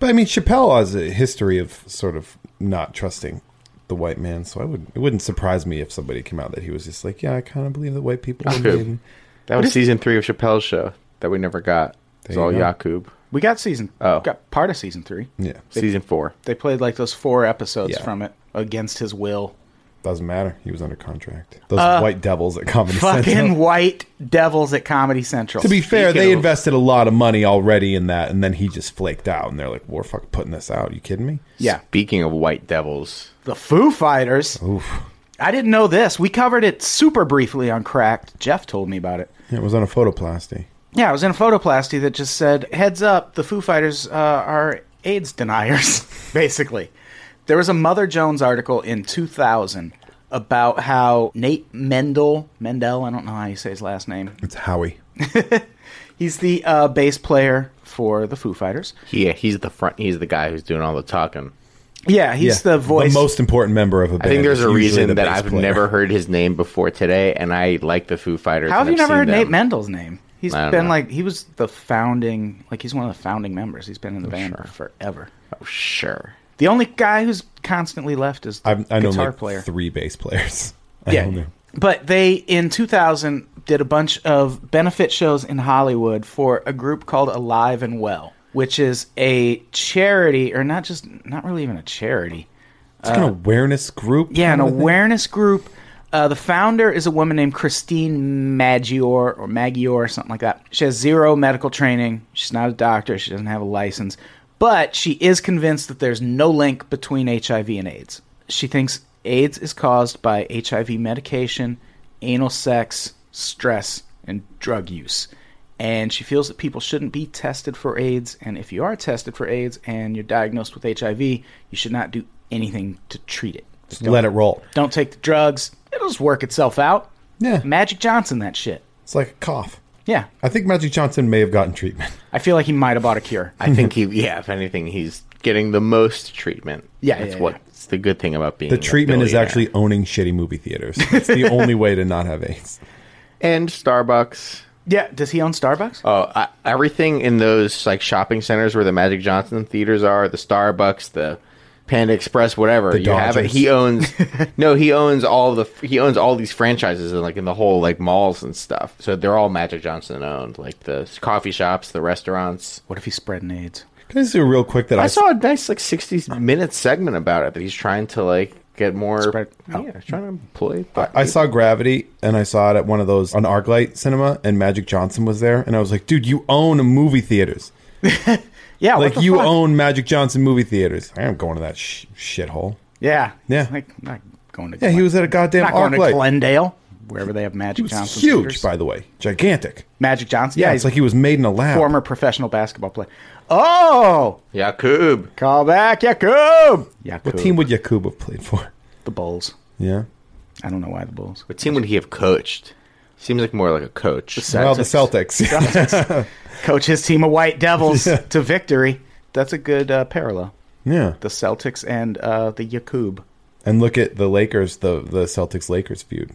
[SPEAKER 3] but I mean, Chappelle has a history of sort of not trusting the white man, so I would it wouldn't surprise me if somebody came out that he was just like, yeah, I kind of believe that white people. Were
[SPEAKER 4] Yakub.
[SPEAKER 3] made.
[SPEAKER 4] That was season three of Chappelle's show that we never got. It's
[SPEAKER 3] There
[SPEAKER 4] all
[SPEAKER 3] you go.
[SPEAKER 4] Yakub.
[SPEAKER 2] We got season.
[SPEAKER 4] Oh.
[SPEAKER 2] got part of season three.
[SPEAKER 3] Yeah,
[SPEAKER 4] Season four.
[SPEAKER 2] They played like those four episodes
[SPEAKER 3] Yeah.
[SPEAKER 2] from it against his will.
[SPEAKER 3] doesn't matter. He was under contract. Those
[SPEAKER 4] Uh,
[SPEAKER 3] white devils at Comedy Central.
[SPEAKER 2] Fucking white devils at Comedy Central.
[SPEAKER 3] To be fair,
[SPEAKER 4] Speaking
[SPEAKER 3] they
[SPEAKER 4] of-
[SPEAKER 3] invested a lot of money already in that, and then he just flaked out, and they're like, "We're fucking putting this out. you kidding me?"
[SPEAKER 2] yeah,
[SPEAKER 4] Speaking of white devils,
[SPEAKER 2] the Foo Fighters. I didn't know this. We covered it super briefly on Cracked. Jeff told me about it.
[SPEAKER 3] Yeah, it was on a photoplasty.
[SPEAKER 2] Yeah, I was in a photoplasty that just said, "Heads up, the Foo Fighters uh, are AIDS deniers." basically, There was a Mother Jones article in 2000 about how Nate Mendel, Mendel, I don't know how you say his last name.
[SPEAKER 3] It's Howie.
[SPEAKER 2] He's the uh, bass player for the Foo Fighters.
[SPEAKER 4] Yeah, he's the front. He's the guy who's doing all the talking.
[SPEAKER 2] Yeah, he's
[SPEAKER 3] Yeah,
[SPEAKER 2] the voice.
[SPEAKER 3] The most important member of a band.
[SPEAKER 4] I think there's
[SPEAKER 3] is
[SPEAKER 4] a
[SPEAKER 3] usually
[SPEAKER 4] reason
[SPEAKER 3] the
[SPEAKER 4] that
[SPEAKER 3] bass
[SPEAKER 4] I've
[SPEAKER 3] player.
[SPEAKER 4] never heard his name before today, and I like the Foo Fighters.
[SPEAKER 2] how have
[SPEAKER 4] and
[SPEAKER 2] you
[SPEAKER 4] I've
[SPEAKER 2] never heard
[SPEAKER 4] seen them.
[SPEAKER 2] Nate Mendel's name? He's
[SPEAKER 4] I don't
[SPEAKER 2] been
[SPEAKER 4] know.
[SPEAKER 2] like he was the founding, like he's one of the founding members. He's been in the band forever.
[SPEAKER 4] Oh, sure.
[SPEAKER 2] The only guy who's constantly left is the
[SPEAKER 3] I've, I know
[SPEAKER 2] guitar
[SPEAKER 3] like
[SPEAKER 2] player.
[SPEAKER 3] three bass players. I
[SPEAKER 2] Yeah.
[SPEAKER 3] don't know.
[SPEAKER 2] But they, in 2000, did a bunch of benefit shows in Hollywood for a group called Alive and Well, which is a charity, or not just, not really even a charity.
[SPEAKER 3] It's like an awareness group.
[SPEAKER 2] Yeah, an
[SPEAKER 3] kind of thing.
[SPEAKER 2] awareness group. Uh, the founder is a woman named Christine Maggiore or Maggiore or something like that. She has zero medical training. She's not a doctor. She doesn't have a license, but she is convinced that there's no link between HIV and AIDS. She thinks AIDS is caused by HIV medication, anal sex, stress, and drug use. And she feels that people shouldn't be tested for AIDS. And if you are tested for AIDS and you're diagnosed with HIV, you should not do anything to treat it.
[SPEAKER 3] Just let it roll.
[SPEAKER 2] Don't take the drugs. It'll just work itself out.
[SPEAKER 3] Yeah.
[SPEAKER 2] Magic Johnson, that shit.
[SPEAKER 3] It's like a cough.
[SPEAKER 2] Yeah.
[SPEAKER 3] I think Magic Johnson may have gotten treatment.
[SPEAKER 2] I feel like he might have bought a cure.
[SPEAKER 4] I think he, yeah, if anything, he's getting the most treatment.
[SPEAKER 2] Yeah,
[SPEAKER 4] that's
[SPEAKER 2] yeah,
[SPEAKER 4] what's the good thing about being
[SPEAKER 3] The
[SPEAKER 4] a
[SPEAKER 2] Oh,
[SPEAKER 3] treatment is
[SPEAKER 4] billionaire.
[SPEAKER 3] actually owning shitty movie theaters. It's the only way to not have AIDS.
[SPEAKER 4] and Starbucks.
[SPEAKER 2] Yeah. Does he own Starbucks?
[SPEAKER 3] Uh,
[SPEAKER 4] Oh, I, everything in those like shopping centers where the Magic Johnson theaters are, the Starbucks, the Panda Express, whatever you have it.
[SPEAKER 3] Dodgers.
[SPEAKER 4] He owns no, he owns all the he owns all these franchises and like in the whole like malls and stuff. So they're all Magic Johnson owned, like the coffee shops, the restaurants.
[SPEAKER 2] What if he's spreading AIDS?
[SPEAKER 3] Can I just do real quick that I,
[SPEAKER 4] I saw a nice like sixty minute segment about it that he's trying to like get more.
[SPEAKER 2] Spread-
[SPEAKER 4] Yeah, he's trying to employ.
[SPEAKER 3] I saw Gravity and I saw it at one of those on ArcLight Cinema and Magic Johnson was there and I was like, dude, you own movie theaters.
[SPEAKER 2] Yeah. what
[SPEAKER 3] Like
[SPEAKER 2] the
[SPEAKER 3] you
[SPEAKER 2] fuck?
[SPEAKER 3] own Magic Johnson movie theaters. I am going to that sh- shithole.
[SPEAKER 2] Yeah.
[SPEAKER 3] Yeah.
[SPEAKER 2] Like, not going to.
[SPEAKER 3] Yeah, he was at a goddamn
[SPEAKER 2] not going to
[SPEAKER 3] ArcLight.
[SPEAKER 2] Glendale, wherever they have Magic
[SPEAKER 3] It was
[SPEAKER 2] Johnson.
[SPEAKER 3] huge,
[SPEAKER 2] theaters.
[SPEAKER 3] by the way, gigantic.
[SPEAKER 2] Magic Johnson.
[SPEAKER 3] Yeah,
[SPEAKER 2] Yeah.
[SPEAKER 3] it's like he was made in a lab.
[SPEAKER 2] former professional basketball player. Oh,
[SPEAKER 4] Yakub.
[SPEAKER 2] call back Yakub. Yakub.
[SPEAKER 3] What team would Yakub have played for?
[SPEAKER 2] The Bulls.
[SPEAKER 3] Yeah,
[SPEAKER 2] I don't know why the Bulls.
[SPEAKER 4] What team would he have coached? Seems like more like a coach.
[SPEAKER 3] well, the Celtics.
[SPEAKER 2] Coach his team of White Devils to victory. That's a good uh, parallel.
[SPEAKER 3] yeah,
[SPEAKER 2] The Celtics and uh, the Yakub.
[SPEAKER 3] and look at the Lakers. The the Celtics Lakers feud.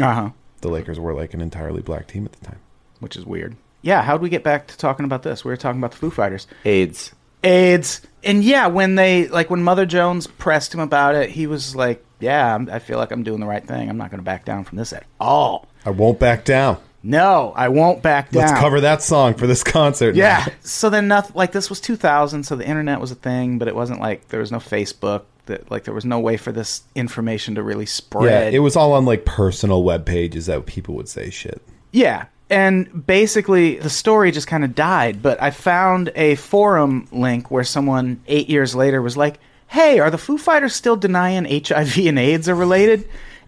[SPEAKER 2] Uh huh.
[SPEAKER 3] The Lakers were like an entirely black team at the time.
[SPEAKER 2] which is weird. Yeah, how'd we get back to talking about this? We were talking about the Foo Fighters.
[SPEAKER 4] AIDS.
[SPEAKER 2] AIDS. And yeah, when they, like, when Mother Jones pressed him about it, he was like, yeah, I'm, I feel like I'm doing the right thing. I'm not going to back down from this at all.
[SPEAKER 3] I won't back down.
[SPEAKER 2] No, I won't back down.
[SPEAKER 3] Let's cover that song for this concert.
[SPEAKER 2] Yeah.
[SPEAKER 3] now.
[SPEAKER 2] So then, nothing like this was 2000, so the internet was a thing, but it wasn't like there was no Facebook. That like there was no way for this information to really
[SPEAKER 3] yeah.
[SPEAKER 2] spread.
[SPEAKER 3] It was all on like personal web pages that people would say shit.
[SPEAKER 2] Yeah. And basically, the story just kind of died. But I found a forum link where someone eight years later was like, hey, are the Foo Fighters still denying HIV and AIDS are related?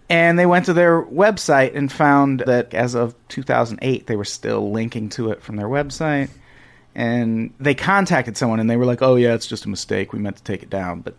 [SPEAKER 2] And they went to their website and found that as of 2008, they were still linking to it from their website. And they contacted someone and they were like, oh, yeah, it's just a mistake. We meant to take it down. But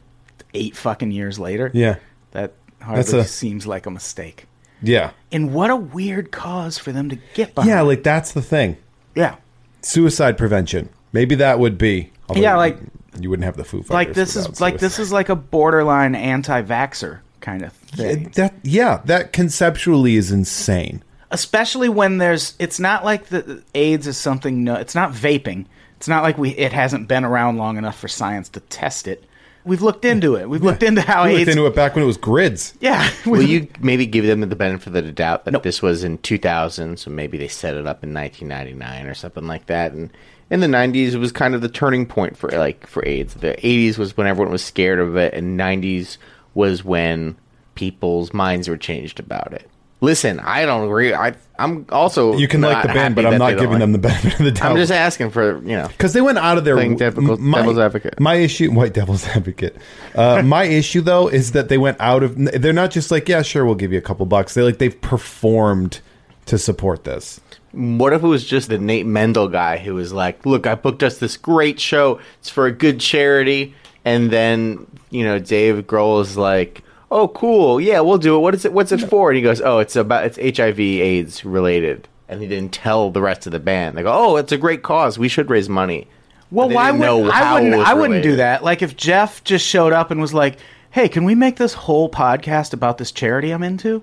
[SPEAKER 2] eight fucking years later,
[SPEAKER 3] Yeah,
[SPEAKER 2] that hardly
[SPEAKER 3] a-
[SPEAKER 2] seems like a mistake.
[SPEAKER 3] yeah,
[SPEAKER 2] And what a weird cause for them to get behind.
[SPEAKER 3] yeah. Like that's the thing.
[SPEAKER 2] Yeah.
[SPEAKER 3] Suicide prevention. Maybe that would be. although
[SPEAKER 2] Yeah,
[SPEAKER 3] you
[SPEAKER 2] like-
[SPEAKER 3] wouldn't- you wouldn't have the Foo Fighters.
[SPEAKER 2] Like this
[SPEAKER 3] without
[SPEAKER 2] is like this
[SPEAKER 3] suicide.
[SPEAKER 2] is like a borderline anti-vaxer kind of thing.
[SPEAKER 3] It- that yeah. That conceptually is insane.
[SPEAKER 2] Especially when there's it's not like the AIDS is something no, it's not vaping. It's not like we it hasn't been around long enough for science to test it. We've looked into it. We've looked into how
[SPEAKER 3] We looked
[SPEAKER 2] AIDS
[SPEAKER 3] into it back when it was grids.
[SPEAKER 2] Yeah.
[SPEAKER 4] Will you maybe give them the benefit of the doubt that
[SPEAKER 2] Nope.
[SPEAKER 4] this was in 2000, so maybe they set it up in 1999 or something like that? And in the 90s, it was kind of the turning point for like for AIDS. The 80s was when everyone was scared of it, and 90s was when people's minds were changed about it. Listen, I don't agree. I, I'm also
[SPEAKER 3] You can like the band, but I'm not giving them the benefit of the doubt.
[SPEAKER 4] I'm just asking for you know.
[SPEAKER 3] because they went out of their
[SPEAKER 4] Playing devil's- devil's advocate.
[SPEAKER 3] My issue, white devil's advocate. Uh, my issue though is that they went out of. They're not just like, yeah, sure, we'll give you a couple bucks. They like they've performed to support this.
[SPEAKER 4] What if it was just the Nate Mendel guy who was like, "Look, I booked us this great show. It's for a good charity, And then you know Dave Grohl is like, "Oh, cool, yeah, we'll do it. What is it? What's it for?" And he goes, "Oh, it's about it's HIV/AIDS related." And he didn't tell the rest of the band. They go, "Oh, it's a great cause. We should raise money."
[SPEAKER 2] Well,
[SPEAKER 4] They
[SPEAKER 2] why
[SPEAKER 4] didn't
[SPEAKER 2] would
[SPEAKER 4] know
[SPEAKER 2] I
[SPEAKER 4] how it
[SPEAKER 2] wouldn't
[SPEAKER 4] was
[SPEAKER 2] I wouldn't do
[SPEAKER 4] related.
[SPEAKER 2] that. Like if Jeff just showed up and was like, "Hey, can we make this whole podcast about this charity I'm into?"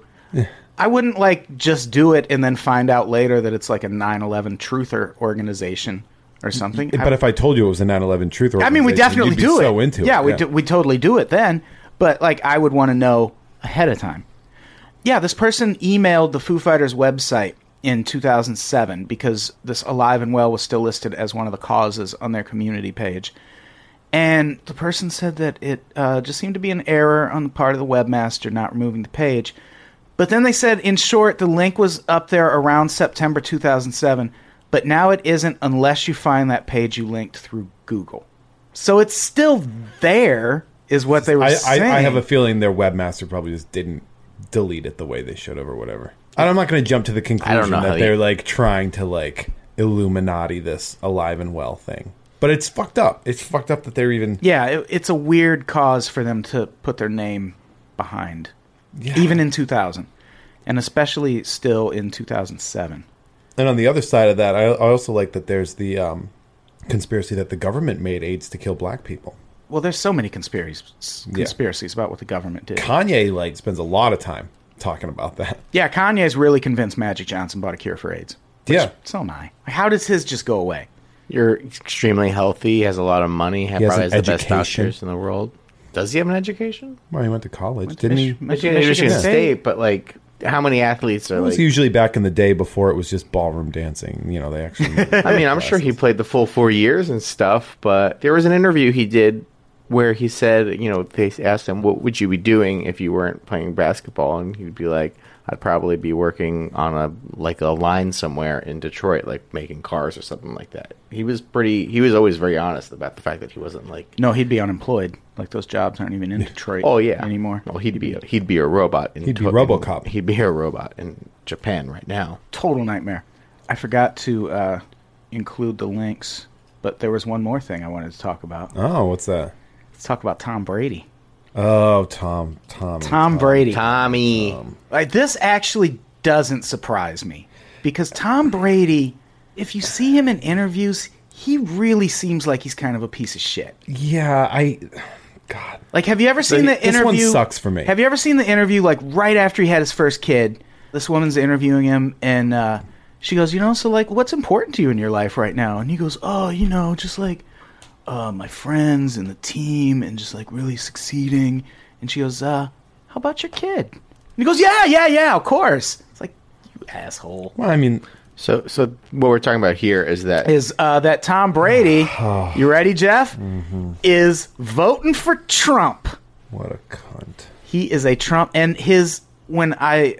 [SPEAKER 2] I wouldn't like just do it and then find out later that it's like a 9/11 truther organization or
[SPEAKER 4] Mm-hmm.
[SPEAKER 2] something. I,
[SPEAKER 3] But if I told you it was a 9/11 truth,
[SPEAKER 2] I mean, we definitely
[SPEAKER 3] you'd be
[SPEAKER 2] do it.
[SPEAKER 3] So into
[SPEAKER 2] yeah,
[SPEAKER 3] it.
[SPEAKER 2] we do, we totally do it then. But like, I would want to know ahead of time. Yeah, this person emailed the Foo Fighters website in 2007 because this Alive and Well was still listed as one of the causes on their community page. And the person said that it uh, just seemed to be an error on the part of the webmaster not removing the page. But then they said, in short, the link was up there around September 2007, but now it isn't unless you find that page you linked through Google. So it's still there, is what they were
[SPEAKER 3] I, I,
[SPEAKER 2] saying.
[SPEAKER 3] I have a feeling their webmaster probably just didn't delete it the way they should have or whatever. And I'm not going to jump to the conclusion
[SPEAKER 4] know how
[SPEAKER 3] that
[SPEAKER 4] you-
[SPEAKER 3] they're like trying to like Illuminati this alive and well thing. But it's fucked up. It's fucked up that they're even
[SPEAKER 2] yeah, it, it's a weird cause for them to put their name behind, even in 2000, and especially still in 2007.
[SPEAKER 3] And on the other side of that, I, I also like that there's the um, conspiracy that the government made AIDS to kill black people.
[SPEAKER 2] Well, there's so many conspiracies conspiracies about what the government did.
[SPEAKER 3] Kanye like spends a lot of time talking about that.
[SPEAKER 2] yeah, Kanye's really convinced Magic Johnson bought a cure for AIDS.
[SPEAKER 3] yeah,
[SPEAKER 2] So am I. How does his just go away?
[SPEAKER 4] You're extremely healthy. Has a lot of money.
[SPEAKER 3] has
[SPEAKER 4] probably
[SPEAKER 3] an
[SPEAKER 4] has the best
[SPEAKER 3] education.
[SPEAKER 4] doctors in the world. Does he have an education?
[SPEAKER 3] well, he went to college, didn't
[SPEAKER 2] Mich-
[SPEAKER 3] he?
[SPEAKER 2] Mich-
[SPEAKER 4] Michigan, Michigan State, but like, how many athletes are
[SPEAKER 3] It
[SPEAKER 4] like?
[SPEAKER 3] was usually back in the day before it was just ballroom dancing. You know, they actually
[SPEAKER 4] I mean, I'm sure he played the full four years and stuff, but there was an interview he did where he said, you know, they asked him, what would you be doing if you weren't playing basketball? And he'd be like, I'd probably be working on a like a line somewhere in Detroit, like making cars or something like that. He was pretty. He was always very honest about the fact that he wasn't like,
[SPEAKER 2] No, he'd be unemployed. Like those jobs aren't even in Detroit.
[SPEAKER 4] oh yeah,
[SPEAKER 2] anymore.
[SPEAKER 4] Well, he'd be he'd be a robot. In
[SPEAKER 3] He'd be
[SPEAKER 4] in-
[SPEAKER 3] RoboCop.
[SPEAKER 4] He'd be a robot in Japan right now.
[SPEAKER 2] Total nightmare. I forgot to uh, include the links, but there was one more thing I wanted to talk about.
[SPEAKER 3] oh, what's that?
[SPEAKER 2] Let's talk about Tom Brady.
[SPEAKER 3] Oh, Tom, Tom,
[SPEAKER 2] Tom, Brady.
[SPEAKER 4] Tommy.
[SPEAKER 2] Like, this actually doesn't surprise me because Tom Brady, if you see him in interviews, he really seems like he's kind of a piece of shit.
[SPEAKER 3] Yeah, I. God,
[SPEAKER 2] Like, have you ever seen the,
[SPEAKER 3] This
[SPEAKER 2] interview?
[SPEAKER 3] one sucks for me.
[SPEAKER 2] Have you ever seen the interview, like, right after he had his first kid? This woman's interviewing him, and uh, she goes, You know, so, like, what's important to you in your life right now? And he goes, Oh, you know, just like uh, my friends and the team and just like really succeeding. And she goes, uh, How about your kid? And he goes, Yeah, yeah, yeah, of course. It's like, You asshole.
[SPEAKER 3] well, I mean,
[SPEAKER 4] So, so what we're talking about here is that
[SPEAKER 2] Is uh, that Tom Brady, you ready, Jeff?
[SPEAKER 3] Mm-hmm.
[SPEAKER 2] Is voting for Trump.
[SPEAKER 3] what a cunt.
[SPEAKER 2] He is a Trump, and his when I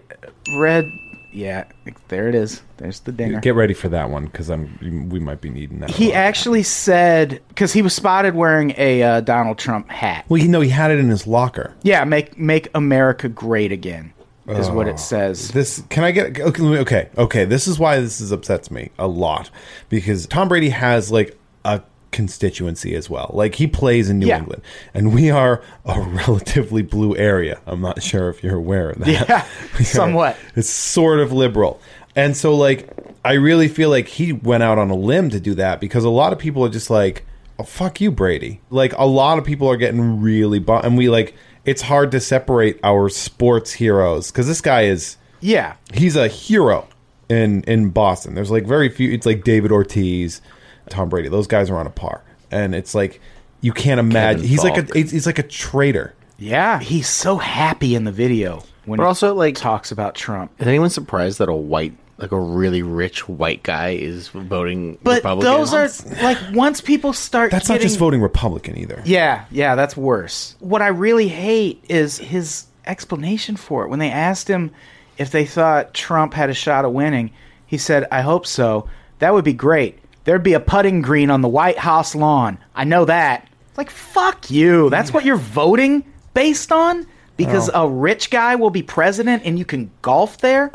[SPEAKER 2] read, yeah, there it is. There's the dinger.
[SPEAKER 3] Get ready for that one because I'm. We might be needing that.
[SPEAKER 2] He
[SPEAKER 3] one.
[SPEAKER 2] actually said because he was spotted wearing a uh, Donald Trump hat.
[SPEAKER 3] Well, you know, he had it in his locker.
[SPEAKER 2] Yeah, make make America great again is what
[SPEAKER 3] Oh.
[SPEAKER 2] it says.
[SPEAKER 3] This can I get okay, let me- okay okay this is why this is upsets me a lot because Tom Brady has like a constituency as well like he plays in New
[SPEAKER 2] Yeah.
[SPEAKER 3] England and we are a relatively blue area I'm not sure if you're aware of that
[SPEAKER 2] Yeah,
[SPEAKER 3] We are-
[SPEAKER 2] somewhat.
[SPEAKER 3] it's sort of liberal and so like I really feel like he went out on a limb to do that because a lot of people are just like oh, fuck you Brady like a lot of people are getting really bu- and we like it's hard to separate our sports heroes because this guy is
[SPEAKER 2] Yeah,
[SPEAKER 3] he's a hero in in Boston. There's like very few. It's like David Ortiz, Tom Brady. Those guys are on a par, and it's like you can't imagine.
[SPEAKER 4] Kevin
[SPEAKER 3] He's like a
[SPEAKER 4] Falk.
[SPEAKER 3] he's he's like a traitor.
[SPEAKER 2] yeah, he's so happy in the video when he
[SPEAKER 4] also, like-
[SPEAKER 2] talks about Trump.
[SPEAKER 4] Is anyone surprised that a white, like a really rich white guy, is voting
[SPEAKER 2] But
[SPEAKER 4] Republican?
[SPEAKER 2] those are like once people start
[SPEAKER 3] That's not
[SPEAKER 2] getting,
[SPEAKER 3] just voting Republican either.
[SPEAKER 2] Yeah, yeah, that's worse. What I really hate is his explanation for it. When they asked him if they thought Trump had a shot of winning, he said, I hope so. That would be great. There'd be a putting green on the White House lawn. I know that. Like, fuck you. That's what you're voting based on? Because a rich guy will be president and you can golf there?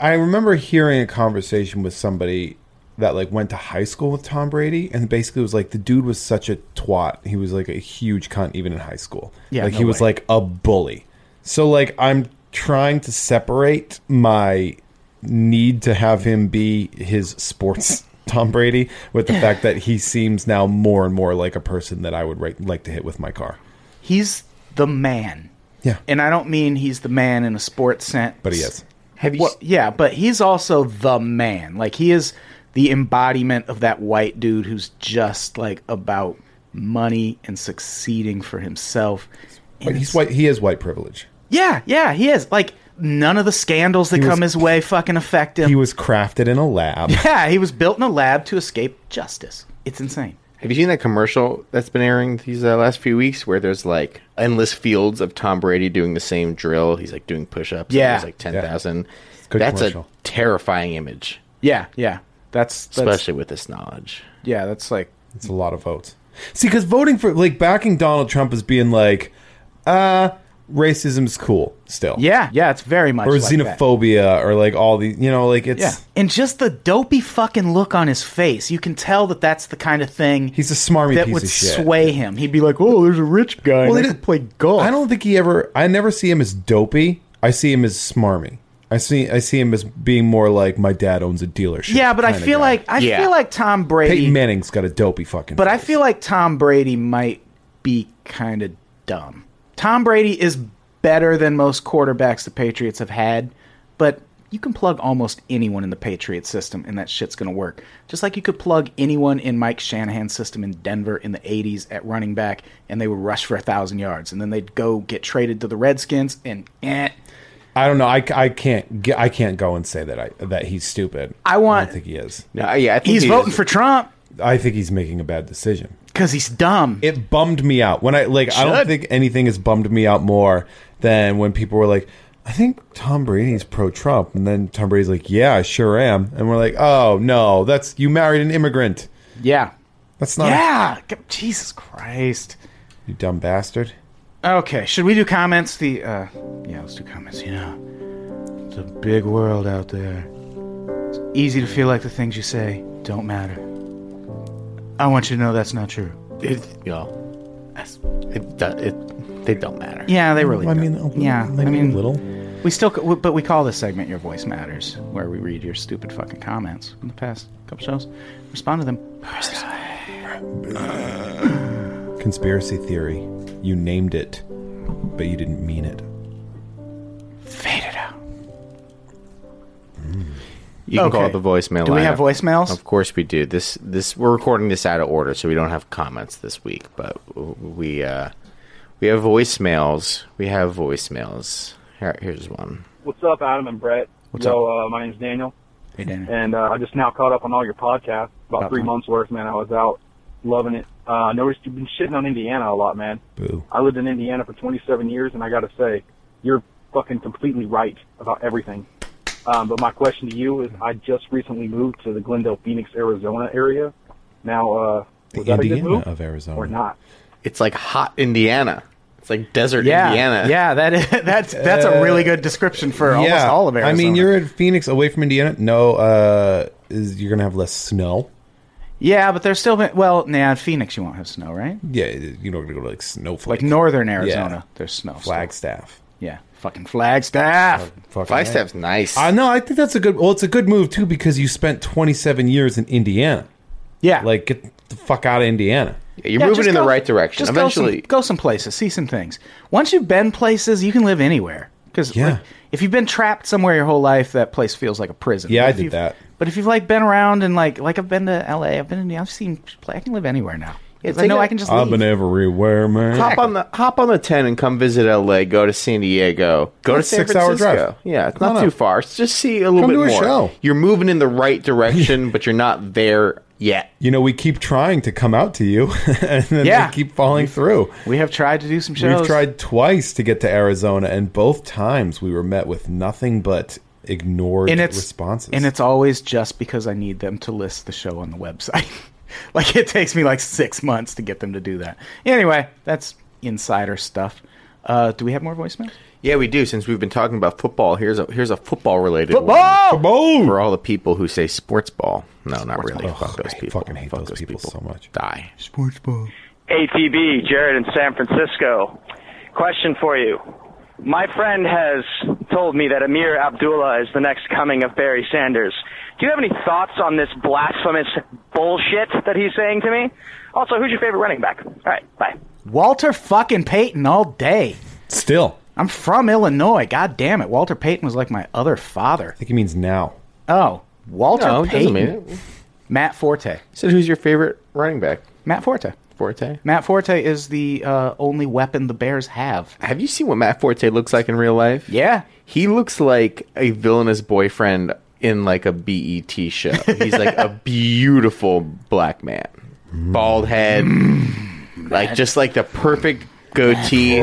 [SPEAKER 3] I remember hearing a conversation with somebody that like went to high school with Tom Brady, and basically was like the dude was such a twat. He was like a huge cunt even in high school.
[SPEAKER 2] Yeah,
[SPEAKER 3] like
[SPEAKER 2] no
[SPEAKER 3] he was
[SPEAKER 2] way.
[SPEAKER 3] like a bully. So like I'm trying to separate my need to have him be his sports Tom Brady with the fact that he seems now more and more like a person that I would ri- like to hit with my car.
[SPEAKER 2] He's the man.
[SPEAKER 3] Yeah.
[SPEAKER 2] And I don't mean he's the man in a sports sense.
[SPEAKER 3] But he is.
[SPEAKER 4] Have you?
[SPEAKER 2] Well, yeah, but he's also the man. Like he is the embodiment of that white dude who's just like about money and succeeding for himself.
[SPEAKER 3] But
[SPEAKER 2] And
[SPEAKER 3] he's
[SPEAKER 2] it's-
[SPEAKER 3] white. He is white privilege.
[SPEAKER 2] Yeah, yeah, he is. Like none of the scandals that
[SPEAKER 3] was-
[SPEAKER 2] come his way fucking affect him.
[SPEAKER 3] He was crafted in a lab.
[SPEAKER 2] yeah, he was built in a lab to escape justice. It's insane.
[SPEAKER 4] Have you seen that commercial that's been airing these uh, last few weeks where there's like endless fields of Tom Brady doing the same drill? He's like doing push ups.
[SPEAKER 2] Yeah.
[SPEAKER 4] There's like 10,000.
[SPEAKER 3] good
[SPEAKER 4] That's
[SPEAKER 3] commercial.
[SPEAKER 4] a terrifying image,
[SPEAKER 2] Yeah, yeah. That's, that's
[SPEAKER 4] especially with this knowledge.
[SPEAKER 2] yeah, that's like
[SPEAKER 3] It's a lot of votes. See, because voting for like backing Donald Trump is being like, uh, racism's cool still.
[SPEAKER 2] yeah, yeah. It's very much
[SPEAKER 3] Or
[SPEAKER 2] like that.
[SPEAKER 3] xenophobia or like all the you know like it's
[SPEAKER 2] Yeah, and just the dopey fucking look on his face, you can tell that that's the kind of thing
[SPEAKER 3] he's a smarmy
[SPEAKER 2] that
[SPEAKER 3] piece
[SPEAKER 2] would
[SPEAKER 3] of shit.
[SPEAKER 2] sway him. He'd be like, "Oh, there's a rich guy.
[SPEAKER 3] Well,
[SPEAKER 2] Well,
[SPEAKER 3] it
[SPEAKER 2] and I
[SPEAKER 3] is-
[SPEAKER 2] can play golf."
[SPEAKER 3] I don't think he ever. I never see him as dopey. I see him as smarmy. I see. I see him as being more like my dad owns a dealership.
[SPEAKER 2] Yeah, but I
[SPEAKER 3] kinda
[SPEAKER 2] feel
[SPEAKER 3] guy.
[SPEAKER 2] like I
[SPEAKER 4] Yeah.
[SPEAKER 2] feel like Tom Brady.
[SPEAKER 3] Peyton Manning's got a dopey fucking.
[SPEAKER 2] But I feel like Tom Brady might be kind of dumb. Tom Brady is better than most quarterbacks the Patriots have had, but you can plug almost anyone in the Patriots system and that shit's going to work. Just like you could plug anyone in Mike Shanahan's system in Denver in the 80s at running back and they would rush for a 1,000 yards and then they'd go get traded to the Redskins and eh.
[SPEAKER 3] I don't know. I, I can't. Get, I can't go and say that. I that he's stupid.
[SPEAKER 2] I want-
[SPEAKER 3] I don't think he is.
[SPEAKER 4] No, yeah, I think
[SPEAKER 2] He's
[SPEAKER 4] he
[SPEAKER 2] voting
[SPEAKER 4] is-
[SPEAKER 2] for Trump
[SPEAKER 3] I think he's making a bad decision.
[SPEAKER 2] because he's dumb.
[SPEAKER 3] it bummed me out when I like. I don't
[SPEAKER 4] Should.
[SPEAKER 3] think anything has bummed me out more than when people were like, "I think Tom Brady's pro Trump," and then Tom Brady's like, "Yeah, I sure am," and we're like, "Oh no, that's you married an immigrant.
[SPEAKER 2] yeah.
[SPEAKER 3] That's not
[SPEAKER 2] yeah. Jesus Christ.
[SPEAKER 3] you dumb bastard."
[SPEAKER 2] Okay, should we do comments? The uh, yeah, let's do comments. You know, it's a big world out there. It's easy to feel like the things you say don't matter. I want you to know that's not true.
[SPEAKER 4] It, you know, that's- it, do- it, they don't matter.
[SPEAKER 2] Yeah, they really.
[SPEAKER 3] I
[SPEAKER 2] don't.
[SPEAKER 3] mean, a little,
[SPEAKER 2] yeah,
[SPEAKER 3] maybe
[SPEAKER 2] I mean,
[SPEAKER 3] a little.
[SPEAKER 2] We still, c- w- but we call this segment "Your Voice Matters," where we read your stupid fucking comments from the past couple shows, respond to them.
[SPEAKER 3] Conspiracy theory. You named it, but you didn't mean it.
[SPEAKER 2] Fade it out.
[SPEAKER 4] You can call
[SPEAKER 2] Okay.
[SPEAKER 4] the voicemail.
[SPEAKER 2] Do we
[SPEAKER 4] lineup.
[SPEAKER 2] have voicemails?
[SPEAKER 4] Of course we do. This this we're recording this out of order, so we don't have comments this week. But we uh, we have voicemails. We have voicemails. Here, here's one.
[SPEAKER 5] What's up, Adam and Brett?
[SPEAKER 2] What's
[SPEAKER 5] Yo, Uh, my name's Daniel,
[SPEAKER 2] Hey, Daniel.
[SPEAKER 5] and uh, I just now caught up on all your podcasts. About,
[SPEAKER 2] About
[SPEAKER 5] three
[SPEAKER 2] time.
[SPEAKER 5] months worth, man. I was out loving it. Uh, I noticed you've been shitting on Indiana a lot, man.
[SPEAKER 3] Boo.
[SPEAKER 5] I lived in Indiana for 27 years, and I got to say, you're fucking completely right about everything. Um, but my question to you is, I just recently moved to the Glendale, Phoenix, Arizona area. Now, uh, was that a good
[SPEAKER 3] Indiana
[SPEAKER 5] move
[SPEAKER 3] of Arizona.
[SPEAKER 5] or not?
[SPEAKER 4] It's like hot Indiana. It's like desert
[SPEAKER 2] Yeah,
[SPEAKER 4] Indiana.
[SPEAKER 2] yeah, that is that's that's a really good description for almost all of Arizona.
[SPEAKER 3] Uh, I mean, you're in Phoenix, away from Indiana. No, uh, is, you're gonna have less snow.
[SPEAKER 2] yeah, but there's still been, well, now in Phoenix you won't have snow, right?
[SPEAKER 3] Yeah, you're not gonna go to like Snowflake,
[SPEAKER 2] like northern Arizona. There's snow. still.
[SPEAKER 3] Flagstaff.
[SPEAKER 2] Yeah. Fucking Flagstaff.
[SPEAKER 3] Fucking
[SPEAKER 4] Flagstaff's nice.
[SPEAKER 3] right. Uh, no, I think that's a good. Well, it's a good move too because you spent 27 years in Indiana.
[SPEAKER 2] Yeah.
[SPEAKER 3] Like, get the fuck out of Indiana.
[SPEAKER 4] You're
[SPEAKER 2] Yeah,
[SPEAKER 4] moving
[SPEAKER 2] just
[SPEAKER 4] in the
[SPEAKER 2] go-
[SPEAKER 4] right direction.
[SPEAKER 2] Just go
[SPEAKER 4] Eventually,
[SPEAKER 2] some, go some places, see some things. Once you've been places, you can live anywhere. Because
[SPEAKER 3] Yeah.
[SPEAKER 2] if you've been trapped somewhere your whole life, that place feels like a prison.
[SPEAKER 3] Yeah,
[SPEAKER 2] But
[SPEAKER 3] I
[SPEAKER 2] if
[SPEAKER 3] did
[SPEAKER 2] you've-
[SPEAKER 3] that.
[SPEAKER 2] But if you've like been around and like like I've been to L.A., I've been to I've seen I can live anywhere now. 'Cause I
[SPEAKER 4] take
[SPEAKER 2] know
[SPEAKER 4] a-
[SPEAKER 2] I can just
[SPEAKER 3] I've
[SPEAKER 2] leave.
[SPEAKER 3] been everywhere, man.
[SPEAKER 4] hop on the hop on the 10 and come visit LA. Go to San Diego. Go to
[SPEAKER 3] It's a
[SPEAKER 4] San
[SPEAKER 3] six-hour
[SPEAKER 4] Francisco.
[SPEAKER 3] drive.
[SPEAKER 4] Yeah, it's
[SPEAKER 3] No,
[SPEAKER 4] not
[SPEAKER 3] no.
[SPEAKER 4] too far. Just see a little
[SPEAKER 3] Come
[SPEAKER 4] bit
[SPEAKER 3] to a
[SPEAKER 4] more.
[SPEAKER 3] show.
[SPEAKER 4] You're moving in the right direction, but you're not there yet.
[SPEAKER 3] You know, we keep trying to come out to you, and then
[SPEAKER 2] Yeah.
[SPEAKER 3] they keep falling through.
[SPEAKER 2] we have tried to do some shows.
[SPEAKER 3] We've tried twice to get to Arizona, and both times we were met with nothing but ignored
[SPEAKER 2] and it's
[SPEAKER 3] responses.
[SPEAKER 2] and it's always just because I need them to list the show on the website. like it takes me like six months to get them to do that. Anyway, that's insider stuff. Uh, do we have more voicemails?
[SPEAKER 4] Yeah, we do. Since we've been talking about football, here's a here's a football related
[SPEAKER 3] Boom!
[SPEAKER 4] for all the people who say sports ball. No, not really.
[SPEAKER 3] ball.
[SPEAKER 4] Fuck
[SPEAKER 3] Ugh,
[SPEAKER 4] those
[SPEAKER 3] I
[SPEAKER 4] people.
[SPEAKER 3] fucking hate
[SPEAKER 4] Fuck
[SPEAKER 3] those people so much.
[SPEAKER 4] Die.
[SPEAKER 6] ATB, Jared in San Francisco. Question for you. My friend has told me that Amir Abdullah is the next coming of Barry Sanders. Do you have any thoughts on this blasphemous bullshit that he's saying to me? Also, who's your favorite running back? All right, bye.
[SPEAKER 2] Walter fucking Payton all day.
[SPEAKER 3] Still, I
[SPEAKER 2] I'm from Illinois. God damn it. Walter Payton was like my other father.
[SPEAKER 3] think he means now.
[SPEAKER 2] Oh, Walter
[SPEAKER 4] No, it doesn't
[SPEAKER 2] Payton.
[SPEAKER 4] mean it.
[SPEAKER 2] Matt Forte.
[SPEAKER 4] said, who's your favorite running back?
[SPEAKER 2] Matt Forte.
[SPEAKER 4] Forte.
[SPEAKER 2] Matt Forte is the uh, only weapon the Bears have.
[SPEAKER 4] Have you seen what Matt Forte looks like in real life?
[SPEAKER 2] Yeah.
[SPEAKER 4] He looks like a villainous boyfriend in like a BET show. He's like a beautiful black man, bald head,
[SPEAKER 2] Mm.
[SPEAKER 4] like just like the perfect goatee.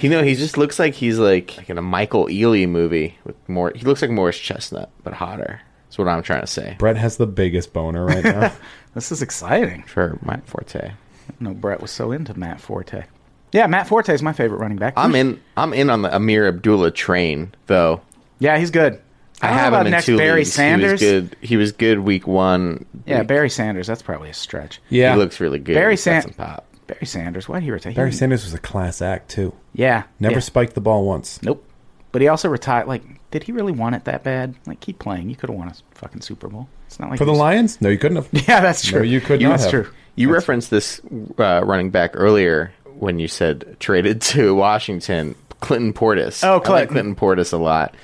[SPEAKER 4] You know, he just looks like he's like, like in a Michael Ealy movie with more. He looks like Morris Chestnut, but hotter. That's what I'm trying to say.
[SPEAKER 3] Brett has the biggest boner right now.
[SPEAKER 2] This is exciting.
[SPEAKER 4] For Matt Forte,
[SPEAKER 2] No, Brett was so into Matt Forte. Yeah, Matt Forte is my favorite running back.
[SPEAKER 4] I'm in. I'm in on the Amir Abdullah train, though.
[SPEAKER 2] Yeah, he's good. I,
[SPEAKER 4] I
[SPEAKER 2] don't know
[SPEAKER 4] have
[SPEAKER 2] about
[SPEAKER 4] him in
[SPEAKER 2] next
[SPEAKER 4] two
[SPEAKER 2] Barry
[SPEAKER 4] leagues.
[SPEAKER 2] Sanders.
[SPEAKER 4] He was good. He was good week one.
[SPEAKER 2] Yeah, Barry Sanders. That's probably a stretch.
[SPEAKER 3] yeah,
[SPEAKER 4] He looks really good.
[SPEAKER 2] Barry
[SPEAKER 4] He's got
[SPEAKER 2] San-
[SPEAKER 4] some pop.
[SPEAKER 2] Barry Sanders. Why did he retire?
[SPEAKER 3] Barry
[SPEAKER 2] He-
[SPEAKER 3] Sanders was a class act too.
[SPEAKER 2] Yeah.
[SPEAKER 3] Never
[SPEAKER 2] yeah.
[SPEAKER 3] spiked the ball once.
[SPEAKER 2] Nope. But he also retired. Like, did he really want it that bad? Like, keep playing. You could have won a fucking Super Bowl. It's not like
[SPEAKER 3] For the
[SPEAKER 2] he's-
[SPEAKER 3] Lions? No, you couldn't have.
[SPEAKER 2] Yeah, that's
[SPEAKER 3] No,
[SPEAKER 2] true.
[SPEAKER 3] you could not
[SPEAKER 2] That's
[SPEAKER 3] have.
[SPEAKER 2] true.
[SPEAKER 4] You referenced this uh, running back earlier when you said traded to Washington, Clinton Portis.
[SPEAKER 2] Oh,
[SPEAKER 4] I like
[SPEAKER 2] Clinton.
[SPEAKER 4] Clinton Portis a lot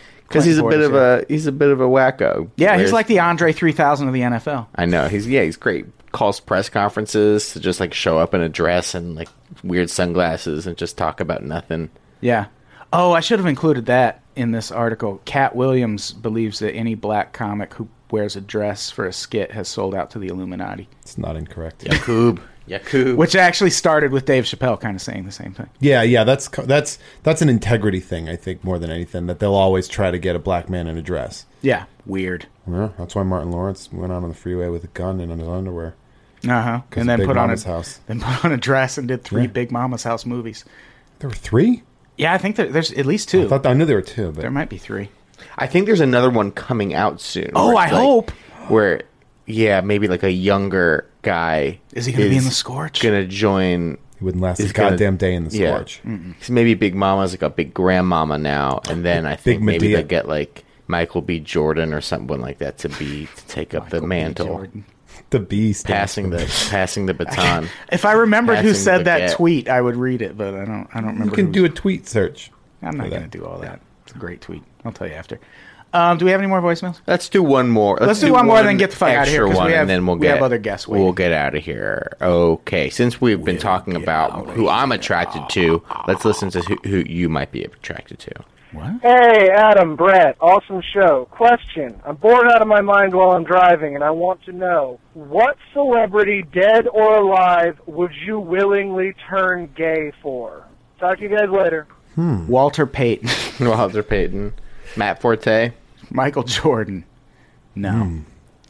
[SPEAKER 2] Clinton
[SPEAKER 4] because he's a bit
[SPEAKER 2] Portis,
[SPEAKER 4] of a he's a bit of a wacko.
[SPEAKER 2] Yeah,
[SPEAKER 4] Whereas-
[SPEAKER 2] he's like the Andre 3000 of the NFL.
[SPEAKER 4] I know he's yeah he's great. Calls press conferences to just like show up in a dress and like weird sunglasses and just talk about nothing.
[SPEAKER 2] Yeah. Oh, I should have included that in this article. Cat Williams believes that any black comic who wears a dress for a skit has sold out to the Illuminati,
[SPEAKER 3] It's not incorrect.
[SPEAKER 4] Yakub, Yakub.
[SPEAKER 2] which actually started with Dave Chappelle kind of saying the same thing.
[SPEAKER 3] Yeah, yeah, that's co- that's that's an integrity thing, I think, more than anything. That they'll always try to get a black man in a dress.
[SPEAKER 2] Yeah. Weird.
[SPEAKER 3] Yeah, that's why Martin Lawrence went out on the freeway with a gun and in his underwear.
[SPEAKER 2] Uh huh.
[SPEAKER 3] 'Cause
[SPEAKER 2] And then
[SPEAKER 3] Big
[SPEAKER 2] put
[SPEAKER 3] Mama's
[SPEAKER 2] on a
[SPEAKER 3] house.
[SPEAKER 2] then put on a dress and did three
[SPEAKER 3] Yeah.
[SPEAKER 2] Big Mama's House movies.
[SPEAKER 3] There were three.
[SPEAKER 2] Yeah, I think there, there's at least two.
[SPEAKER 3] I thought I knew there were two, but
[SPEAKER 2] there might be three.
[SPEAKER 4] I think there's another one coming out soon.
[SPEAKER 2] Oh,
[SPEAKER 4] where
[SPEAKER 2] I
[SPEAKER 4] it's like-
[SPEAKER 2] hope.
[SPEAKER 4] Where, yeah, maybe like a younger guy
[SPEAKER 2] Is he going to be in the Scorch?
[SPEAKER 4] Gonna join.
[SPEAKER 3] he wouldn't last a
[SPEAKER 4] is gonna-
[SPEAKER 3] goddamn day in the
[SPEAKER 4] Yeah,
[SPEAKER 3] scorch.
[SPEAKER 4] because maybe Big Mama's like a big grandmama now, and then I think maybe
[SPEAKER 3] Medea.
[SPEAKER 4] they get like Michael B. Jordan or someone like that to be to take up the
[SPEAKER 2] Michael B.
[SPEAKER 4] mantle,
[SPEAKER 2] Jordan.
[SPEAKER 3] The B stands
[SPEAKER 4] passing the passing the baton.
[SPEAKER 2] If I remembered who
[SPEAKER 4] Passing
[SPEAKER 2] said
[SPEAKER 4] the
[SPEAKER 2] that
[SPEAKER 4] baguette.
[SPEAKER 2] tweet, I would read it, but I don't. I don't remember.
[SPEAKER 3] You can do a tweet search.
[SPEAKER 2] I'm not
[SPEAKER 3] for
[SPEAKER 2] going to
[SPEAKER 3] that.
[SPEAKER 2] do all that. It's a great tweet. I'll tell you after. Um, do we have any more voicemails?
[SPEAKER 4] Let's do one more.
[SPEAKER 2] Let's do one more, then get the fuck outta here,
[SPEAKER 4] extra
[SPEAKER 2] 'cause we
[SPEAKER 4] one,
[SPEAKER 2] have-
[SPEAKER 4] and then we'll
[SPEAKER 2] we
[SPEAKER 4] get
[SPEAKER 2] have other guests
[SPEAKER 4] We'll
[SPEAKER 2] waiting.
[SPEAKER 4] get out of here. Okay, since we've been talking about who I'm attracted to, let's listen to who, who you might be attracted to.
[SPEAKER 7] Hey, Adam, Brett, awesome show. Question. I'm bored out of my mind while I'm driving, and I want to know what celebrity, dead or alive, would you willingly turn gay for? Talk to you guys later.
[SPEAKER 2] Walter Payton,
[SPEAKER 4] Walter Payton, Matt Forte.
[SPEAKER 2] Michael Jordan. No,